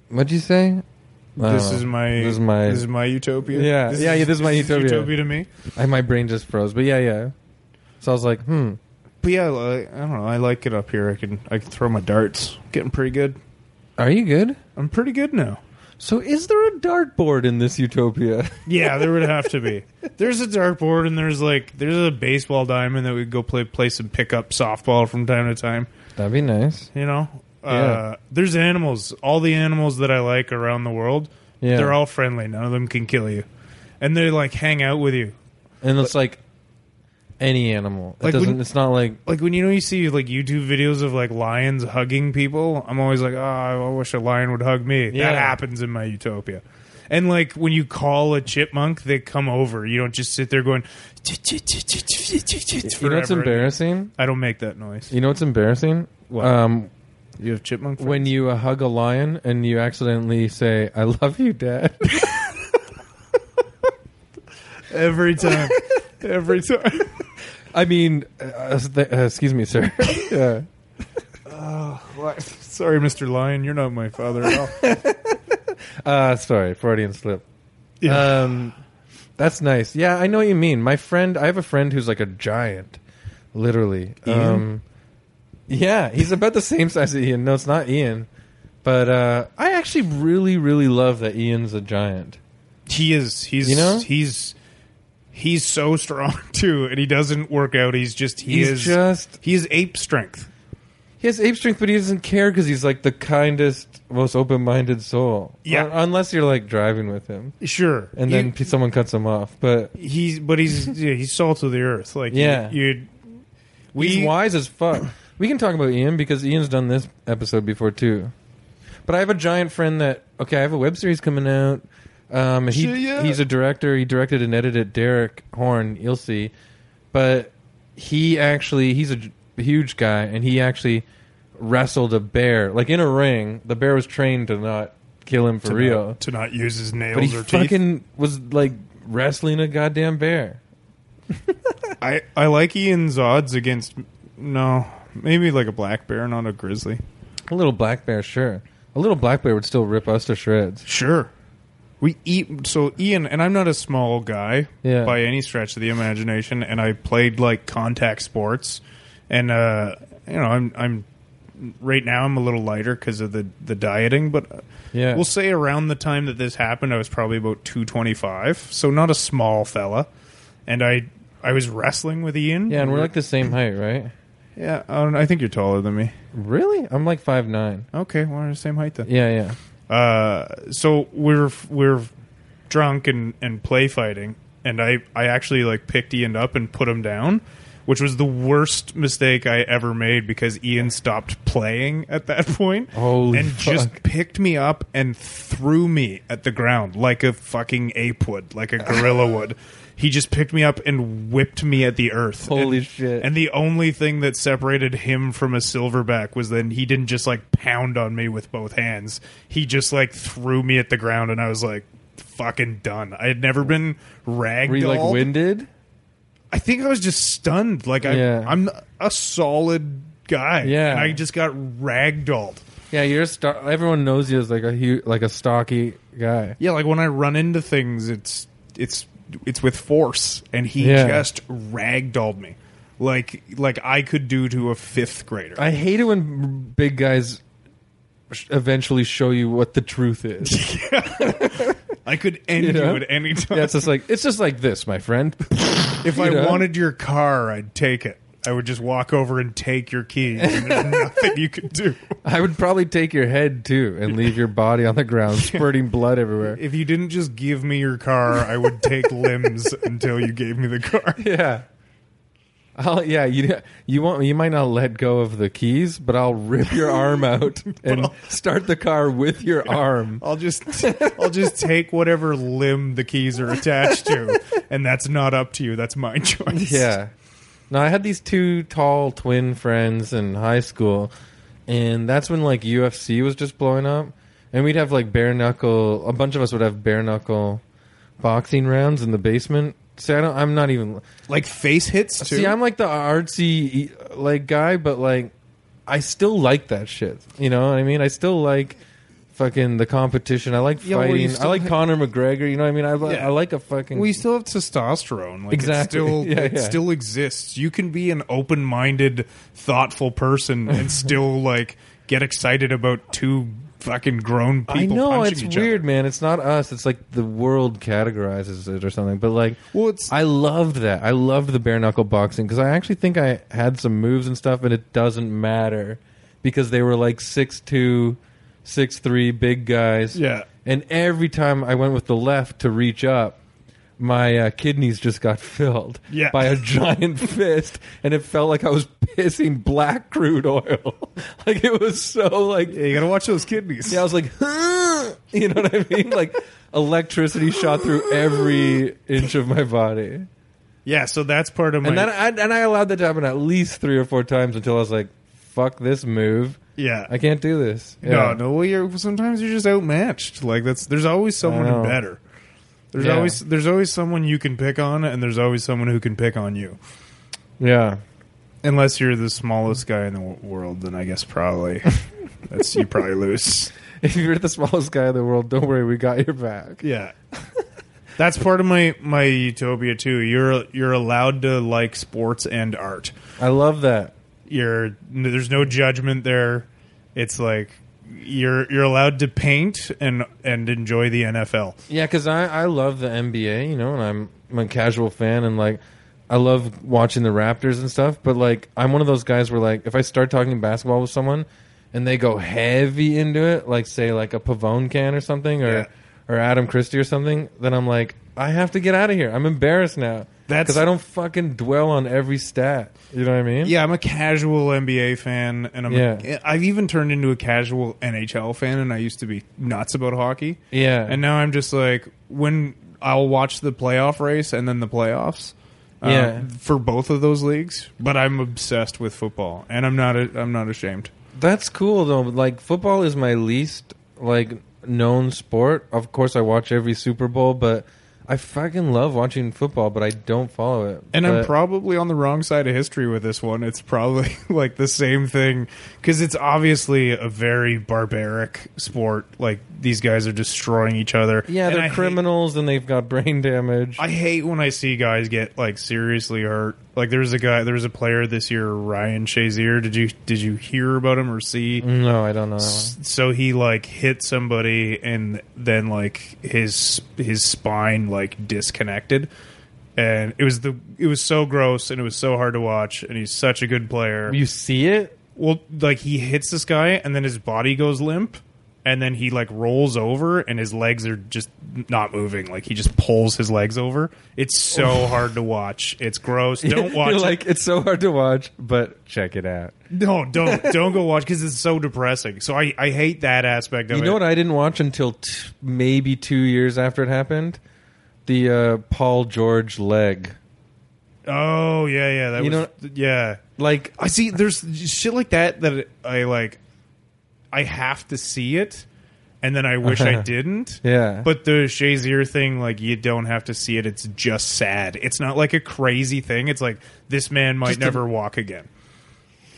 what'd you say? I don't
This
know.
is my.
This is my-
This is my utopia.
Yeah,
This
yeah,
Is,
yeah, this is my utopia.
Utopia to me.
I, my brain just froze. But yeah, yeah. So I was like, hmm.
But yeah, like, I don't know. I like it up here. I can, I can throw my darts. Getting pretty good.
Are you good?
I'm pretty good now.
So is there a dartboard in this utopia?
Yeah, there would have
<laughs>
to be. There's a dartboard and there's like there's a baseball diamond that we go play play some pickup softball from time to time.
That'd be nice.
You know,
Yeah.
uh, there's animals. All the animals that I like around the world,
Yeah.
they're all friendly. None of them can kill you, and they like hang out with you.
and it's like any animal. It
Like,
doesn't.
wouldn't-
It's not like
Like when you know you see like YouTube videos of like lions hugging people, I'm always like, oh, I wish a lion would hug me.
Yeah.
That happens in my utopia. And like when you call a chipmunk, they come over. You don't just sit there going.
you know. It's
forever.
embarrassing.
I don't make that noise.
You know. It's embarrassing.
What?
Um,
You have chipmunk. Friends?
when you uh, hug a lion and you accidentally say "I love you, Dad." <laughs> <laughs>
every time, every time.
I mean, uh, uh, th- uh, excuse me, sir. <laughs> yeah.
<laughs> Sorry, Mister Lion, you're not my
<laughs>
father at all.
Uh, sorry, Freudian slip.
Yeah.
Um, that's nice. Yeah, I know what you mean. My friend, I have a friend who's like a giant, literally.
Ian?
Um, yeah, he's about the same size as Ian. No, it's not Ian, but uh, I actually really, really love that Ian's a giant.
he is. He's.
You know?
He's. He's so strong <laughs> too, and he doesn't work out. He's just. He
He's
is.
just
he is ape strength.
he has ape strength, but he doesn't care because he's like the kindest, most open-minded soul.
Yeah.
Un- unless you're like driving with him,
Sure.
and
You-
then p someone cuts him off. But
he's. But he's. <laughs> Yeah, he's salt of the earth. Like.
Yeah.
You. you- we.
he's wise as fuck. <clears throat> We can talk about Ian because Ian's done this episode before too. But I have a giant friend that okay, I have a web series coming out. Um, he
Shit, yeah.
he's a director. He directed and edited Derek Horn. You'll see, but he actually he's a j- huge guy, and he actually wrestled a bear like in a ring. The bear was trained to not kill him for
to
real,
Not, to not use his nails
but he
or teeth.
fucking was like wrestling a goddamn bear.
I, I like Ian's odds against no maybe like a black bear, not a grizzly.
A little black bear, sure. A little black bear would still rip us to shreds.
Sure, we eat so Ian and I'm not a small guy
Yeah.
by any stretch of the imagination, and I played like contact sports, and uh, you know I'm I'm right now I'm a little lighter because of the the dieting, but uh,
Yeah.
we'll say around the time that this happened, I was probably about two twenty five, so not a small fella, and I I was wrestling with Ian.
<laughs> Yeah, and we're like the same height, right?
Yeah, I don't know. I think you're taller than me.
Really? I'm like five nine.
Okay, we're the same height then.
Yeah, yeah.
Uh, so we're we're drunk and, and play fighting, and I I actually like picked Ian up and put him down, which was the worst mistake I ever made because Ian stopped playing at that <laughs> point
Holy
and just
fuck.
picked me up and threw me at the ground like a fucking ape would, like a gorilla would. He just picked me up and whipped me at the earth.
Holy
And-
shit.
And the only thing that separated him from a silverback was then he didn't just like pound on me with both hands. He just like threw me at the ground, and I was like fucking done. I had never been
Were
ragdolled.
you like winded?
I think I was just stunned. Like I,
Yeah.
I'm a solid guy.
Yeah.
and I just got ragdolled.
Yeah, you're a star. Everyone knows you as like a huge, like a stocky guy.
Yeah, like when I run into things, it's it's it's with force, and he
Yeah.
just ragdolled me, like like I could do to a fifth grader.
I hate it when big guys sh- eventually show you what the truth <laughs> is.
I could end you,
You know?
at any
<laughs>
time.
yeah, it's just like it's just like this, my friend.
if
you
I
know?
wanted your car, I'd take it. I would just walk over and take your keys.
<laughs>
And there's nothing you could do.
I would probably take your head too and leave your body on the <laughs> ground, spurting blood everywhere.
If you didn't just give me your car, I
<laughs>
would take limbs until you gave me the car.
Yeah. I'll, yeah, you you won't you might not let go of the keys, but I'll rip your arm out and start the car with your arm.
I'll just I'll just take whatever limb the keys are attached to, and that's not up to you. That's my <laughs> choice.
Yeah. Now I had these two tall twin friends in high school, and that's when like UFC was just blowing up, and we'd have like bare knuckle. A bunch of us would have bare knuckle boxing rounds in the basement. See, I don't, I'm not even.
like face hits too.
See, I'm like the artsy like guy, but like I still like that shit. You know what I mean? I still like fucking the competition. I like
Yeah, well, you
fighting. I
still
like
ha-
Conor McGregor. You know what I mean? I, li-
Yeah.
I like a fucking.
we still have testosterone. Like
Exactly.
It
<laughs>
still,
Yeah,
it
yeah.
still exists. You can be an open-minded, thoughtful person
<laughs>
and still like get excited about two fucking grown people.
I know
punching
it's
each
weird,
Other.
man. It's not us. It's like the world categorizes it or something. But like,
Well, it's
I loved that. I loved the bare knuckle boxing because I actually think I had some moves and stuff, and it doesn't matter because they were like six two, six three, big guys.
yeah.
And every time I went with the left to reach up, my uh, kidneys just got <laughs> filled
Yeah.
by a giant <laughs> fist, and it felt like I was pissing black crude oil. <laughs> like it was so like
Yeah, you gotta watch those kidneys.
yeah, I was like, <laughs> "Huh?" you know what I mean? Like electricity shot through every inch of my body,
Yeah, so that's part of my.
and then I, and I allowed that to happen at least three or four times until I was like, "Fuck this move!
yeah,
I can't do this." Yeah.
No, no. Well, you're sometimes you're just outmatched. Like that's there's always
know.
someone better. There's
Yeah.
always there's always someone you can pick on, and there's always someone who can pick on you.
yeah. <laughs>
Unless you're the smallest guy in the w- world, then I
<laughs>
guess probably that's you probably lose.
If you're the smallest guy in the world, don't worry, we got your back.
Yeah, that's part of my my utopia too. You're you're allowed to like sports and art.
I love that.
you're there's no judgment there. It's like you're you're allowed to paint and and enjoy the NFL.
Yeah, because I, I love the NBA, you know, and I'm, I'm a casual fan, and like I love watching the Raptors and stuff. But like I'm one of those guys where like if I start talking basketball with someone, and they go heavy into it, like say like a Pavone can or something, or
Yeah.
or Adam Christie or something, then I'm like I have to get out of here. I'm embarrassed now
That's-
because I don't fucking dwell on every stat. You know what I mean?
Yeah, I'm a casual NBA fan, and I'm
Yeah.
I've even turned into a casual NHL fan, and I used to be nuts about hockey,
yeah,
and now I'm just like when I'll watch the playoff race and then the playoffs. uh,
Yeah.
for both of those leagues, but I'm obsessed with football, and I'm not a, I'm not ashamed.
That's cool though. Like football is my least like known sport. Of course, I watch every Super Bowl, but I fucking love watching football, but I don't follow it.
And I'm
But-
probably on the wrong side of history with this one. It's probably <laughs> like the same thing because it's obviously a very barbaric sport. Like these guys are destroying each other.
yeah,
And
they're
I hate-
criminals and they've got <laughs> brain damage.
I hate when I see guys get like seriously hurt. Like there was a guy, there was a player this year, Ryan Shazier. Did you did you hear about him or see?
no, I don't know. That one.
So he like hit somebody and then like his his spine like disconnected and it was the it was so gross and it was so hard to watch and he's such a good player.
You see it?
Well, like he hits this guy and then his body goes limp and then he like rolls over and his legs are just not moving. Like he just pulls his legs over. It's so hard to watch. It's
<laughs>
gross. Don't watch
Oh. You're
it.
like it's so hard to watch, but check it out.
No, don't don't go watch because it's so depressing. So I, I hate that aspect of
You
it.
know what I didn't watch until t- maybe two years after it happened? The uh, Paul George leg.
oh yeah, yeah. That
You
was yeah.
Like,
I see. There's shit like that that I like. I have to see it, and then I wish <laughs> I didn't.
yeah.
But the Shazier thing, like you don't have to see it. It's just sad. It's not like a crazy thing. It's like this man might
Just a-
never walk again,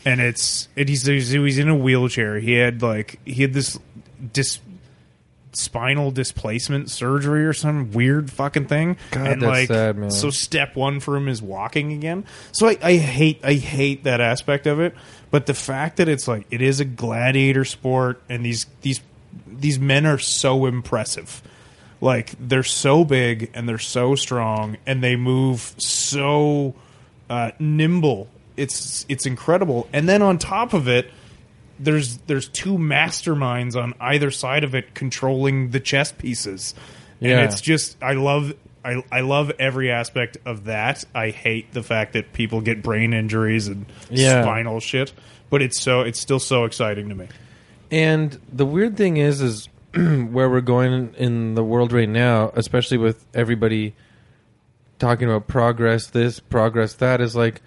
and it's it, he's he's in a wheelchair. He had like he had this dis, spinal displacement surgery or some weird fucking thing.
God,
and
that's
like
sad, man.
so step one for him is walking again. So I, I hate I hate that aspect of it. But the fact that it's like it is a gladiator sport and these these these men are so impressive. Like they're so big and they're so strong and they move so uh, nimble. It's it's incredible. And then on top of it, there's there's two masterminds on either side of it controlling the chess pieces.
Yeah.
And it's just I love I, I love every aspect of that. I hate the fact that people get brain injuries and
Yeah.
spinal shit, but it's so it's still so exciting to me.
And the weird thing is, is <clears throat> where we're going in the world right now, especially with everybody talking about progress, this progress, that is like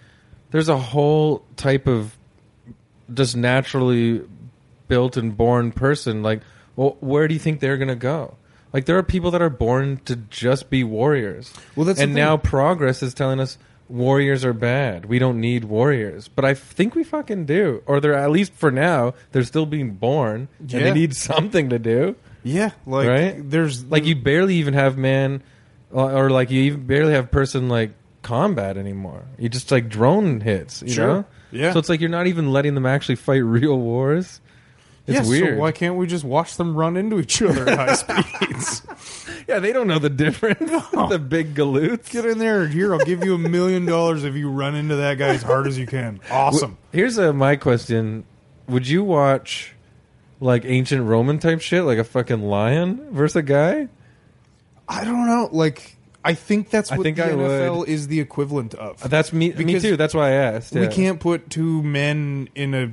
there's a whole type of just naturally built and born person. Like, well, where do you think they're gonna go? Like, there are people that are born to just be warriors.
Well, that's the
and
thing.
now progress is telling us warriors are bad. We don't need warriors, but I think we fucking do, or they're at least for now they're still being born and
Yeah.
they need something to do.
Yeah, like
Right?
there's
Like you barely even have man, or or, like you even barely have person like combat anymore. You just like drone hits, you
Sure.
know?
Yeah.
So it's like you're not even letting them actually fight real wars. It's weird.
why can't we just watch them run into each <laughs> other at high speeds?
yeah, they don't know the difference. <laughs> the big galoots.
<laughs> Get in there, here. I'll give you a million dollars if you run into that guy as hard as you can. Awesome.
Here's uh my question: Would you watch like ancient Roman type shit, like a fucking lion versus a guy?
I don't know. Like, I think that's
I
what
think
the
I
NFL is the equivalent of.
That's me. me
Because
too. That's why I asked.
We
yeah.
can't put two men in a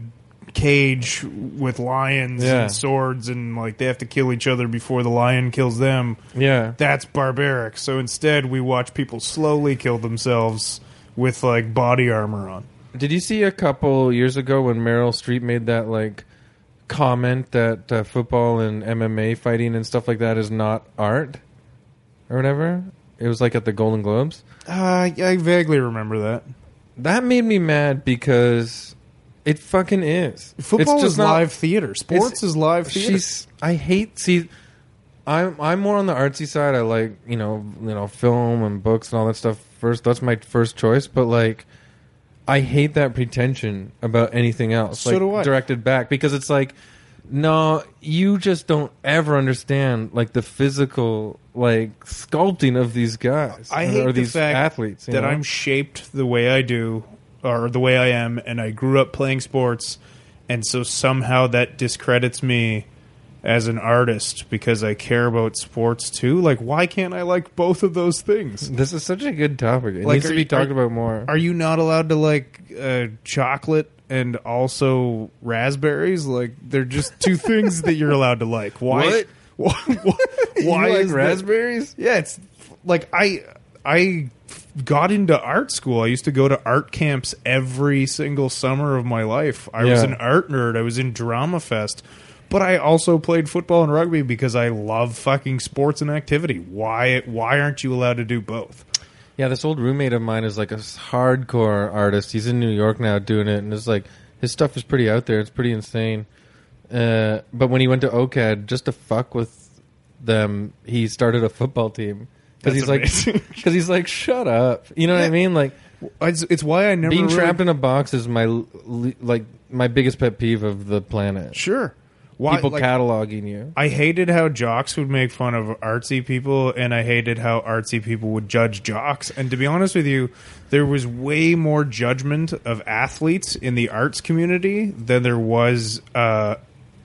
cage with lions
Yeah.
and swords, and like they have to kill each other before the lion kills them.
Yeah.
That's barbaric. So instead, we watch people slowly kill themselves with like body armor on.
Did you see a couple years ago when Meryl Streep made that like comment that uh, football and MMA fighting and stuff like that is not art or whatever? It was like at the Golden Globes.
Uh, I vaguely remember that.
That made me mad because it fucking is. It's
Football
just
is
not-
live theater. Sports is live theater.
She's. I hate. See, I'm. I'm more on the artsy side. I like you know you know film and books and all that stuff. First, that's my first choice. But like, I hate that pretension about anything else.
So
like,
do I.
Directed back because it's like, no, you just don't ever understand like the physical like sculpting of these guys.
I hate
or
the
these
fact
athletes you
that
know?
I'm shaped the way I do or the way I am, and I grew up playing sports, and so somehow that discredits me as an artist because I care about sports too. Like, why can't I like both of those things?
This is such a good topic. It
Like,
needs
are
to be
you-
talked
are-
about more.
Are you not allowed to like uh, chocolate and also raspberries? Like, they're just two things that you're allowed to like. Why?
What?
<laughs> Why,
You
why
like
is that-
raspberries?
yeah, it's like I I got into art school. I used to go to art camps every single summer of my life. I was
Yeah.
an art nerd. I was in drama fest, but I also played football and rugby because I love fucking sports and activity. Why why aren't you allowed to do both?
Yeah, this old roommate of mine is like a s- hardcore artist. He's in New York now doing it, and it's like his stuff is pretty out there. It's pretty insane. Uh, but when he went to OCAD, just to fuck with them, he started a football team because
That's
he's like, <laughs>
amazing.
because he's like, shut up. You know what I mean? Like
It's, it's why I never
being
really-
trapped in a box is my l- l- like my biggest pet peeve of the planet.
Sure. Why-
people
like-
cataloging you.
I hated how jocks would make fun of artsy people, and I hated how artsy people would judge jocks. And to be honest with you, there was way more judgment of athletes in the arts community than there was uh,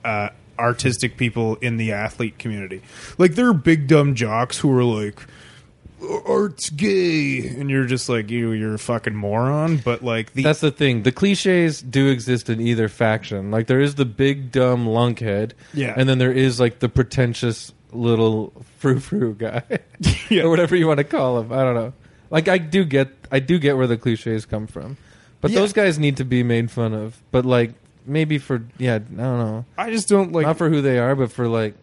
uh, artistic people in the athlete community. Like, there are big dumb jocks who are like, art's gay. And you're just like, you, you're a fucking moron. But, like, the
That's the thing. The cliches do exist in either faction. Like there is the big dumb lunkhead,
Yeah.
and then there is like the pretentious little frou frou guy, <laughs>
Yeah.
or whatever you want to call him. I don't know. Like I do get, I do get where the cliches come from, but
Yeah.
those guys need to be made fun of. But like maybe for yeah, I don't know,
<laughs> I just don't like.
not for who they are, but for like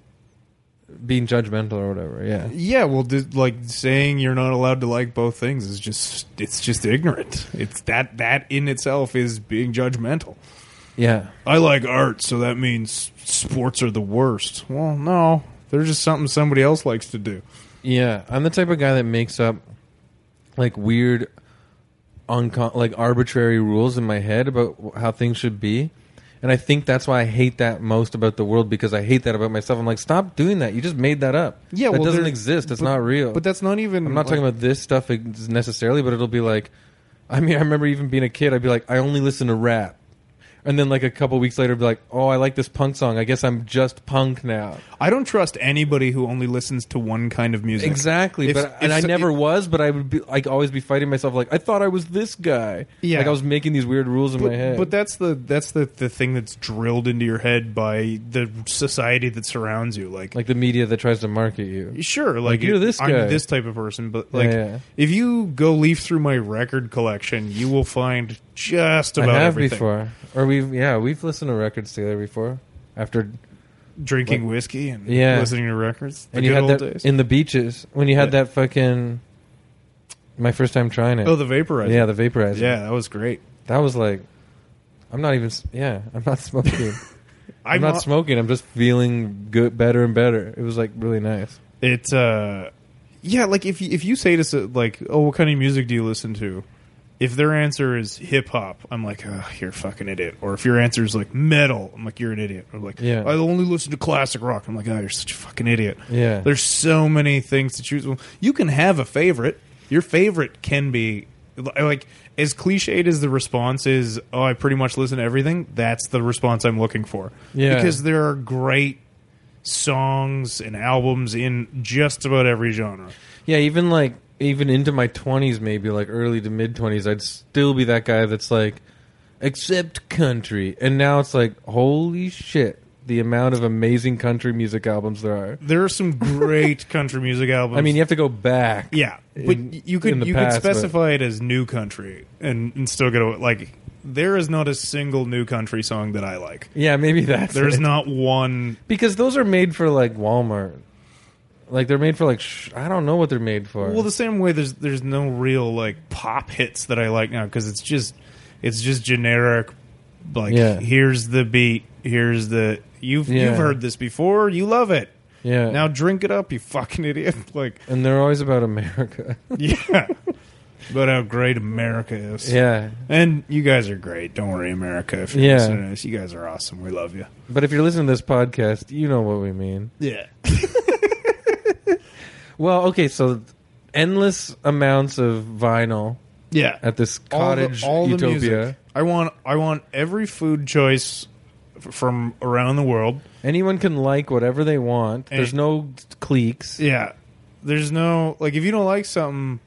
being judgmental or whatever. Yeah.
Yeah, well, just, like saying you're not allowed to like both things is just it's just ignorant. It's that that in itself is being judgmental.
Yeah.
I like art, so that means sports are the worst. Well, no, they're just something somebody else likes to do.
Yeah, I'm the type of guy that makes up like weird, uncon- like arbitrary rules in my head about wh- how things should be, and I think that's why I hate that most about the world because I hate that about myself. I'm like, stop doing that. You just made that up.
Yeah,
that
well,
doesn't
there-
exist. It's
but-
not real.
But that's not even.
I'm not talking about this stuff ex- necessarily, but it'll be like, I mean, I remember even being a kid, I'd be like, I only listen to rap. And then, like a couple weeks later, I'd be like, "Oh, I like this punk song. I guess I'm just punk now."
I don't trust anybody who only listens to one kind of music.
Exactly,
If-
but
if
and I
so-
never was, but I would be like always be fighting myself. Like I thought I was this guy.
Yeah.
like I was making these weird rules in
But,
my head.
but that's the that's the, the thing that's drilled into your head by the society that surrounds you. Like
like the media that tries to market you.
Sure, like,
you're
it-
this
I'm
guy.
this type of person, but like
yeah.
if you go leaf through my record collection, you will find just
I
about
have
everything.
before, or we've yeah, we've listened to records together before. After
Drinking whiskey and
Yeah.
listening to records. The
and
good
you had
old
that
days.
in the beaches when you had
Yeah.
that fucking my first time trying it.
oh, the vaporizer.
yeah, the vaporizer.
yeah, that was great.
that was like I'm not even. s- Yeah, I'm not <laughs>
<laughs>
smoking. I'm,
I'm
not
not-
smoking. I'm just feeling good, better and better. It was like really nice.
It, uh, yeah, like if you, if you say to so- like, oh, what kind of music do you listen to? If their answer is hip hop, I'm like, oh, you're a fucking idiot. Or if your answer is like metal, I'm like, you're an idiot. Or like,
Yeah.
I only listen to classic rock. I'm like, oh, you're such a fucking idiot.
Yeah,
There's so many things to choose from. You can have a favorite. Your favorite can be like as cliched as the response is, "Oh, I pretty much listen to everything." That's the response I'm looking for.
Yeah.
because there are great songs and albums in just about every genre.
Yeah, even like even into my twenties, maybe like early to mid twenties, I'd still be that guy that's like, except country. And now it's like, holy shit, the amount of amazing country music albums there are.
There are
<laughs>
some great country music albums.
I mean, you have to go back.
yeah,
in-
but you
in
could
the
you
past,
could
but-
specify it as new country and, and still get a, like there is not a single new country song that I like.
yeah, maybe that's
There
<laughs>
is
it.
not one
because those are made for like Walmart. Like they're made for like sh- I don't know what they're made for.
Well, the same way there's there's no real like pop hits that I like now because it's just it's just generic. Like
Yeah.
here's the beat, here's the you've
Yeah.
you've heard this before, you love it.
yeah,
Now drink it up, you fucking idiot! <laughs> Like
and they're always about America. <laughs>
yeah, but how great America is.
yeah,
And you guys are great. Don't worry, America. If you're
Yeah.
listening to this, you guys are awesome. We love you.
but if you're listening to this podcast, you know what we mean.
Yeah.
Well, okay, so endless amounts of vinyl
<laughs> Yeah.
at this
All the-
cottage
all the
utopia.
music. I want I want every food choice f- from around the world.
Anyone can like whatever they want.
Hey.
There's no cliques.
Yeah. There's no like if you don't like something,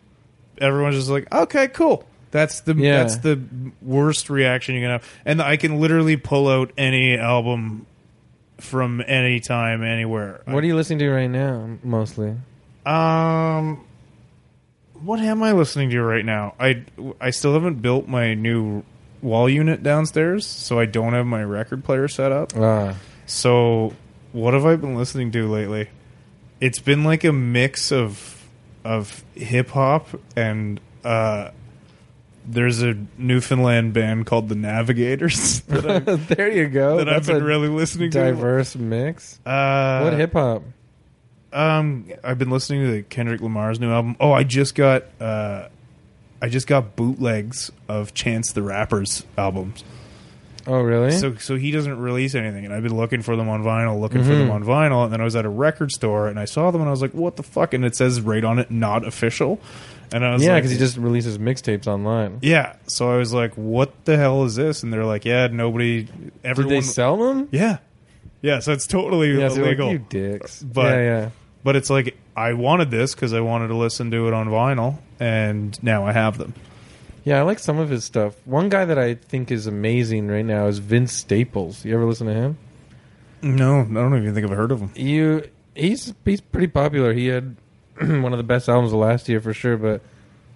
everyone's just like, okay, cool. That's the
Yeah.
that's the worst reaction you can have. And I can literally pull out any album from any time, anywhere.
What are you listening to right now, mostly?
um, what am I listening to right now? I I still haven't built my new wall unit downstairs, so I don't have my record player set up.
Ah,
So, what have I been listening to lately? It's been like a mix of of hip hop and uh there's a Newfoundland band called the Navigators <laughs> that,
<laughs>
I,
there you go.
that I've
Oh, That's
been
a
really listening
diverse mix.
to. Uh,
what hip hop?
Um, I've been listening to Kendrick Lamar's new album. Oh, I just got uh, I just got bootlegs of Chance the Rapper's albums.
Oh, really?
So so he doesn't release anything, and I've been looking for them on vinyl, looking for them on
Mm-hmm.
vinyl, and then I was at a record store and I saw them, and I was like, "What the fuck?" And it says right on it, not official. And I was
yeah,
like,
because he just releases mixtapes online.
yeah. So I was like, "What the hell is this?" And they're like, "Yeah, nobody,
Did
everyone,
they sell them?
yeah, yeah." So it's totally
Yeah, so they're like,
illegal. Uh,
you dicks.
But-
yeah, yeah.
but it's like I wanted this because I wanted to listen to it on vinyl, and now I have them.
Yeah, I like some of his stuff. One guy that I think is amazing right now is Vince Staples. You ever listen to him?
No, I don't even think I've heard of them.
You he's he's pretty popular. He had <clears throat> one of the best albums of last year for sure, but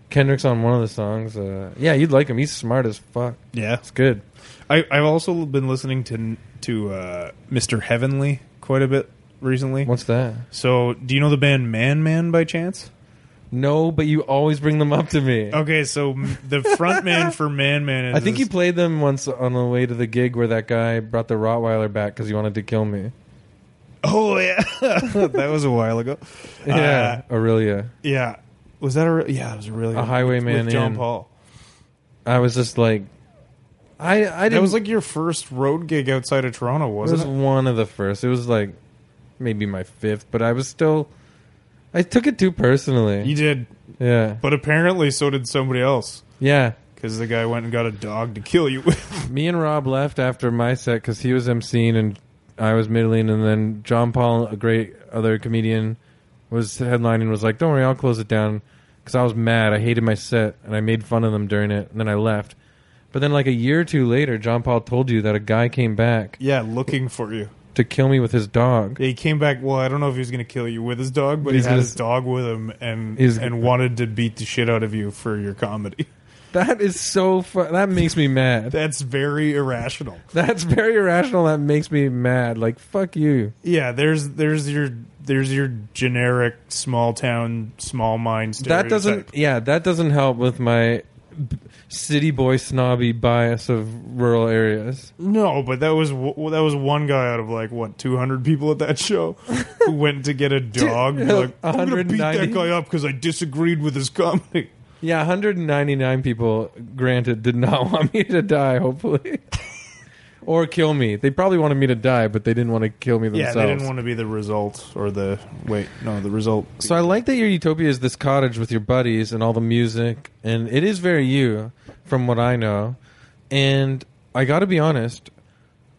Kendrick's on one of the songs. Uh, yeah, you'd like him. He's smart as fuck.
Yeah,
It's good.
I, I've also been listening to to uh, Mr. Heavenly quite a bit recently.
What's that?
So, do you know the band Man Man by chance?
No, but you always bring them up to me.
Okay, so m- the frontman for Man Man
<laughs>
is
I think you played them once on the way to the gig where that guy brought the Rottweiler back because he wanted to kill me.
<laughs> Oh yeah, <laughs> that was a while ago.
<laughs> Yeah,
Uh,
Aurelia.
yeah. Was that a re- yeah? It was a really
A Highwayman
with John
Inn.
Paul.
I was just like, I I didn't.
That was like your first road gig outside of Toronto,
It was
wasn't it?
one of the first. It was like maybe my fifth, but I was still. I took it too personally.
You did,
yeah,
but apparently so did somebody else
yeah.
because the guy went and got a dog to kill you. with. <laughs>
Me and Rob left after my set because he was emceeing and I was middling, and then John Paul, a great other comedian, was headlining. Was like, "Don't worry, I'll close it down," because I was mad. I hated my set, and I made fun of them during it, and then I left. But then, like a year or two later, John Paul told you that a guy came back
yeah, looking for you.
to kill me with his dog.
Yeah, he came back. Well, I don't know if he was going to kill you with his dog, but
He's
he had
gonna-
his dog with him and
He's-
and wanted to beat the shit out of you for your comedy. <laughs>
That is so fun. That makes me mad.
That's very irrational.
That's very irrational. That makes me mad. Like fuck you.
Yeah, there's there's your there's your generic small town small mind.
That doesn't.
stereotype.
Yeah, that doesn't help with my b- city boy snobby bias of rural areas.
No, but that was w- that was one guy out of like what 200 people at
<laughs>
that show who went to get a dog.
Dude,
like, I'm gonna beat
190?
that guy up because I disagreed with his comedy.
Yeah, 199 people granted did not <laughs> want me to die. Hopefully, or kill me. They probably wanted me to die, but they didn't want to kill me
Yeah,
themselves.
they didn't want to be the result or the wait, no, the result.
So I like that your utopia is this cottage with your buddies and all the music, and it is very you, from what I know. And I got to be honest,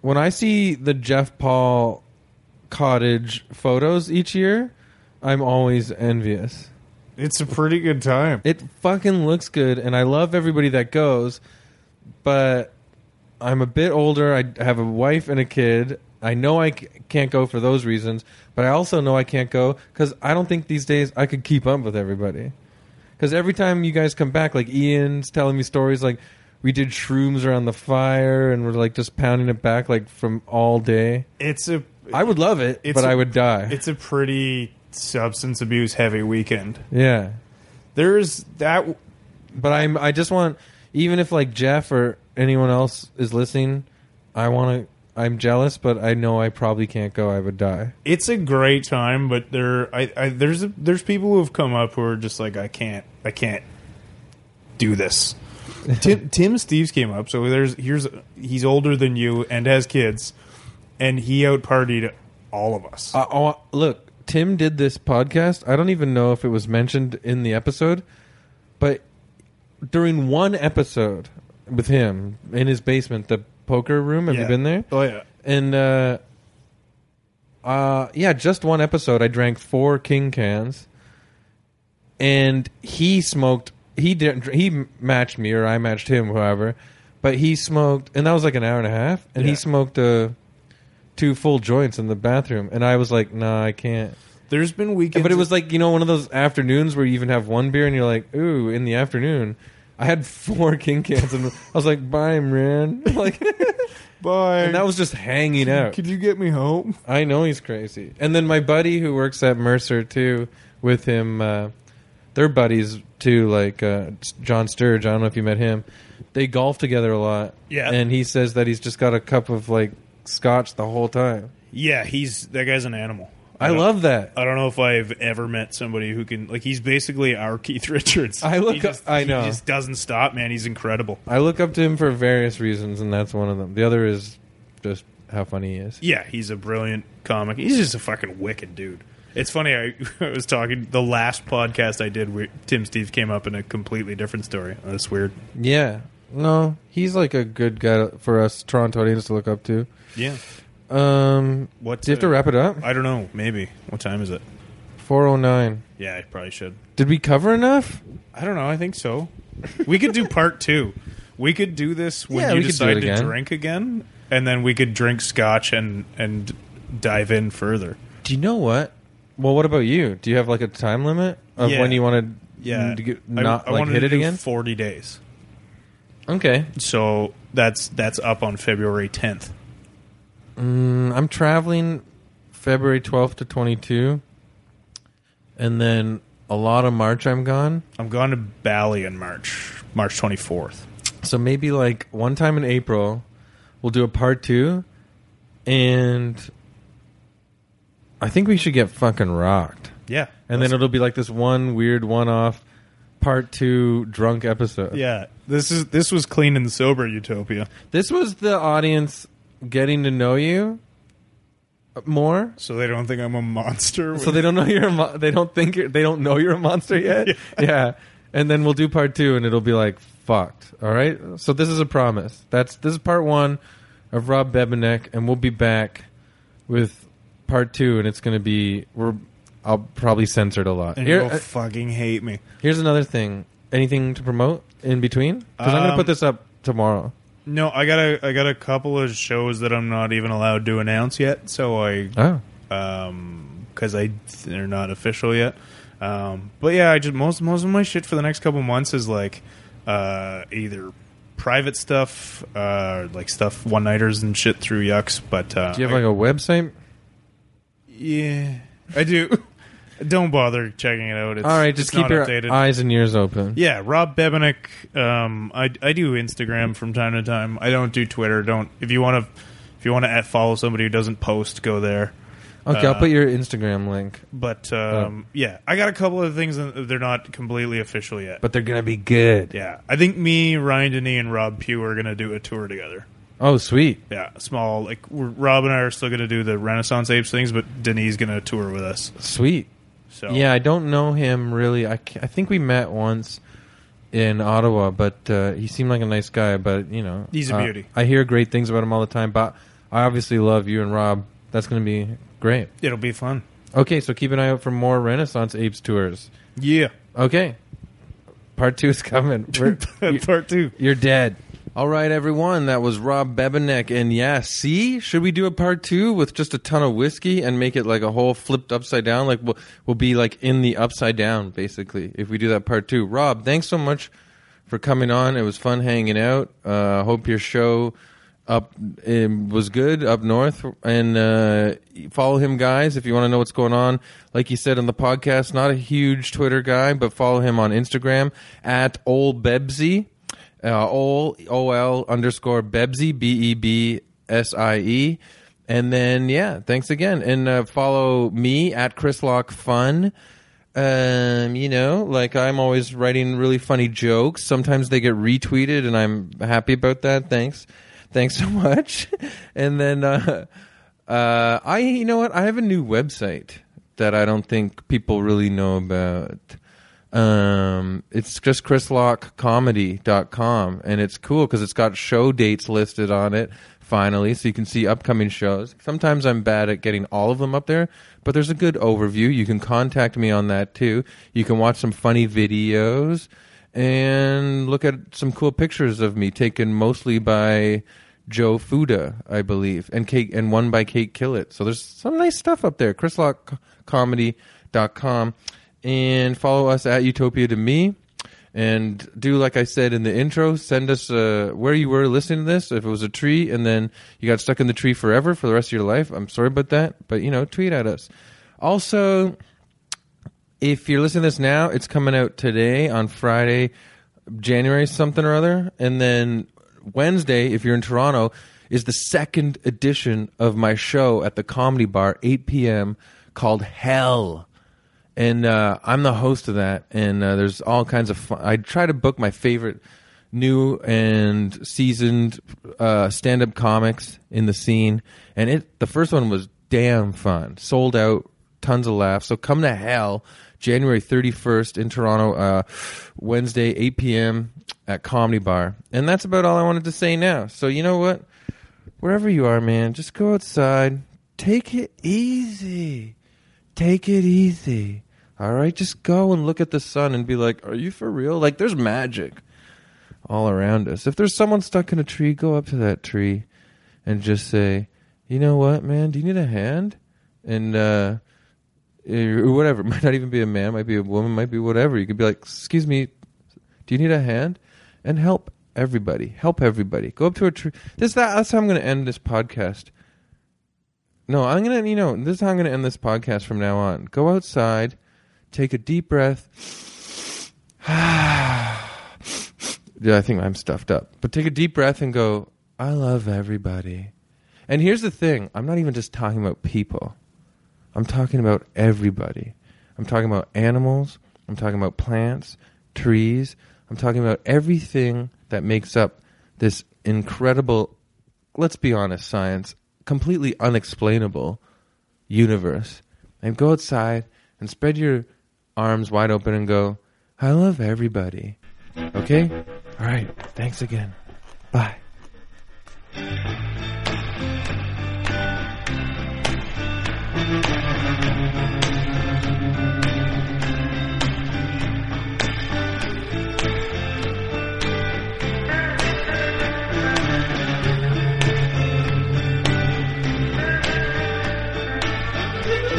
when I see the Jeff Paul cottage photos each year, I'm always envious.
It's a pretty good time.
It fucking looks good, and I love everybody that goes, but I'm a bit older. I have a wife and a kid. I know I c- can't go for those reasons, but I also know I can't go because I don't think these days I could keep up with everybody. Because every time you guys come back, like Ian's telling me stories like we did shrooms around the fire and we're like just pounding it back like from all day.
It's a
I would love it,
It's
but I
a-
would die.
it's a pretty substance abuse heavy weekend.
Yeah.
There's that
But I'm. I just want, even if like Jeff or anyone else is listening, I want to. I'm jealous, but I know I probably can't go. I would die.
it's a great time, but there I, I there's a, there's people who have come up who are just like I can't I can't do
<laughs>
this. Tim Tim Steves came up, so there's here's he's older than you and has kids, and he out partied all of us.
I, oh, look, Tim did this podcast. I don't even know if it was mentioned in the episode, but during one episode with him in his basement, the poker room. Have
Yeah.
you been there?
Oh yeah.
And uh, uh, yeah, just one episode. I drank four King cans, and he smoked. He didn't. He matched me, or I matched him, however. But he smoked, and that was like an hour and a half. And he
Yeah.
smoked uh, two full joints in the bathroom, and I was like, "Nah, I can't."
There's been weekends,
But it was like you know one of those afternoons where you even have one beer, and you're like, "Ooh, in the afternoon." I had <laughs> four King cans, and I was like, "Bye, man!" <laughs> Like,
bye.
and that was just hanging out.
Could you get me home?
I know he's crazy. And then my buddy who works at Mercer too, with him, uh, they're buddies too. Like uh, John Sturge, I don't know if you met him. They golf together a lot.
Yeah.
And he says that he's just got a cup of like scotch the whole time.
Yeah, he's that guy's an animal.
I love that.
I don't know if I've ever met somebody who can like. He's basically our Keith Richards.
I look
He just,
up- I
he
know.
just doesn't stop, man. He's incredible.
I look up to him for various reasons, and that's one of them. The other is just how funny he is.
Yeah, he's a brilliant comic. He's just a fucking wicked dude. It's funny. I, <laughs> I was talking the last podcast I did where Tim Steve came up in a completely different story. That's weird.
Yeah. No, he's like a good guy for us Toronto audience to look up to.
Yeah.
Um,
What? uh,
do you have to wrap it up?
I don't know. Maybe. What time is it?
409.
Yeah, I probably should.
Did we cover enough?
I don't know. I think so. We could do part two. We could do this when
Yeah,
you
we could do
decide
it
to
again.
drink again, and then we could drink scotch and and dive in further.
Do you know what? Well, what about you? Do you have like a time limit of
Yeah.
when you want to
Yeah,
not
Mm, I, I
like
wanted
hit
to
it
do
again?
Forty days.
okay.
So that's that's up on February tenth.
Mm, I'm traveling February 12th to 22. And then a lot of March I'm gone.
I'm going to Bali in March, March twenty fourth.
So maybe like one time in April, we'll do a part two, and I think we should get fucking rocked.
Yeah,
And then it'll be like this one weird one-off part two drunk episode.
yeah, this is this was clean and sober utopia.
This was the audience getting to know you more.
So they don't think I'm a monster.
So they don't know you're a mo- they don't think you're, they don't know you're a monster yet.
<laughs> Yeah.
And then we'll do part 2 and it'll be like fucked. All right? So this is a promise. That's this is part 1 of Rob Bebenek and we'll be back with part 2 and it's going to be we're I'll probably censor it a lot.
and
Here,
you'll
uh,
fucking hate me.
here's another thing. Anything to promote in between? Cuz I'm going to
Um,
put this up tomorrow.
No, I got a I got a couple of shows that I'm not even allowed to announce yet. So I
Oh.
um because I they're not official yet. Um, but yeah, I just most most of my shit for the next couple months is like uh, either private stuff, uh, like stuff one nighters and shit through Yucks. But uh,
Do you have like a website?
yeah, I do. <laughs> Don't bother checking it out. It's,
All right, just
it's
keep
not
your
updated.
eyes and ears open.
Yeah, Rob Bebenek. Um, I I do Instagram from time to time. I don't do Twitter. Don't if you want to if you want to follow somebody who doesn't post, go there.
Okay, I'll
Uh,
put your Instagram link.
But um, yeah, I got a couple of things and they're not completely official yet.
But they're going to be good.
yeah, I think me, Ryan Denny, and Rob Pugh are gonna do a tour together.
Oh, sweet.
Yeah, small like we're, Rob and I are still gonna do the Renaissance Apes things, but Denny's gonna tour with us.
Sweet.
So
Yeah, I don't know him really. I, ca- I think we met once in Ottawa, but uh, he seemed like a nice guy. But you know,
He's a
uh,
beauty.
I hear great things about him all the time. But I obviously love you and Rob. That's going to be great.
it'll be fun.
Okay, so keep an eye out for more Renaissance Apes tours.
Yeah, <laughs>
Okay, part two is coming. We're-
<laughs>
you-
part two.
you're dead. All right, everyone. That was Rob Bebenek, and yeah, see, should we do a part two with just a ton of whiskey and make it like a whole flipped upside down? Like we'll, we'll be like in the upside down, basically. If we do that part two, Rob, thanks so much for coming on. It was fun hanging out. Uh, hope your show up um was good up north, and uh, follow him, guys, if you want to know what's going on. Like he said on the podcast, not a huge Twitter guy, but follow him on Instagram at Old Bebsy uh, ol ol underscore bebsie b e b s i e, and then yeah, thanks again, and uh, follow me at Chris Lock Fun. Um, you know, like I'm always writing really funny jokes. Sometimes they get retweeted, and I'm happy about that. Thanks, thanks <laughs> so much. and then uh, uh, I, you know what, I have a new website that I don't think people really know about. Um, it's just chrislockcomedy.com and it's cool because it's got show dates listed on it finally so you can see upcoming shows. Sometimes I'm bad at getting all of them up there, but there's a good overview. You can contact me on that too. You can watch some funny videos and look at some cool pictures of me taken mostly by Joe Fuda, I believe, and Kate, and one by Kate Killett. So there's some nice stuff up there. chrislockcomedy.com and follow us at Utopia to me. And do like I said in the intro, send us uh, where you were listening to this. If it was a tree, and then you got stuck in the tree forever for the rest of your life, I'm sorry about that. But you know, tweet at us. Also, if you're listening to this now, it's coming out today on Friday, January something or other. And then Wednesday, if you're in Toronto, is the second edition of my show at the Comedy Bar, 8 p.m. called Hell. And uh, I'm the host of that. And uh, there's all kinds of fun. I try to book my favorite new and seasoned uh, stand up comics in the scene. And it the first one was damn fun. Sold out, tons of laughs. So come to Hell, January 31st in Toronto, uh, Wednesday, 8 p.m. at Comedy Bar. And that's about all I wanted to say now. So you know what? wherever you are, man, just go outside. Take it easy. Take it easy. All right, just go and look at the sun and be like, "Are you for real?" Like there's magic all around us. If there's someone stuck in a tree, go up to that tree and just say, "You know what, man? Do you need a hand?" And uh or whatever. <laughs> It might not even be a man, might be a woman, might be whatever. You could be like, "Excuse me, do you need a hand?" And help everybody. Help everybody. Go up to a tree. This that, that's how I'm going to end this podcast. No, I'm going to you know, this is how I'm going to end this podcast from now on. Go outside, take a deep breath. <sighs> yeah, I think I'm stuffed up. But take a deep breath and go, I love everybody. And here's the thing, I'm not even just talking about people. I'm talking about everybody. I'm talking about animals. I'm talking about plants, trees. I'm talking about everything that makes up this incredible, let's be honest, science, completely unexplainable universe. And go outside and spread your arms wide open and go, I love everybody. Okay? All right. Thanks again. Bye.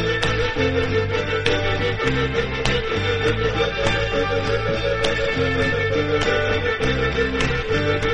Thank you.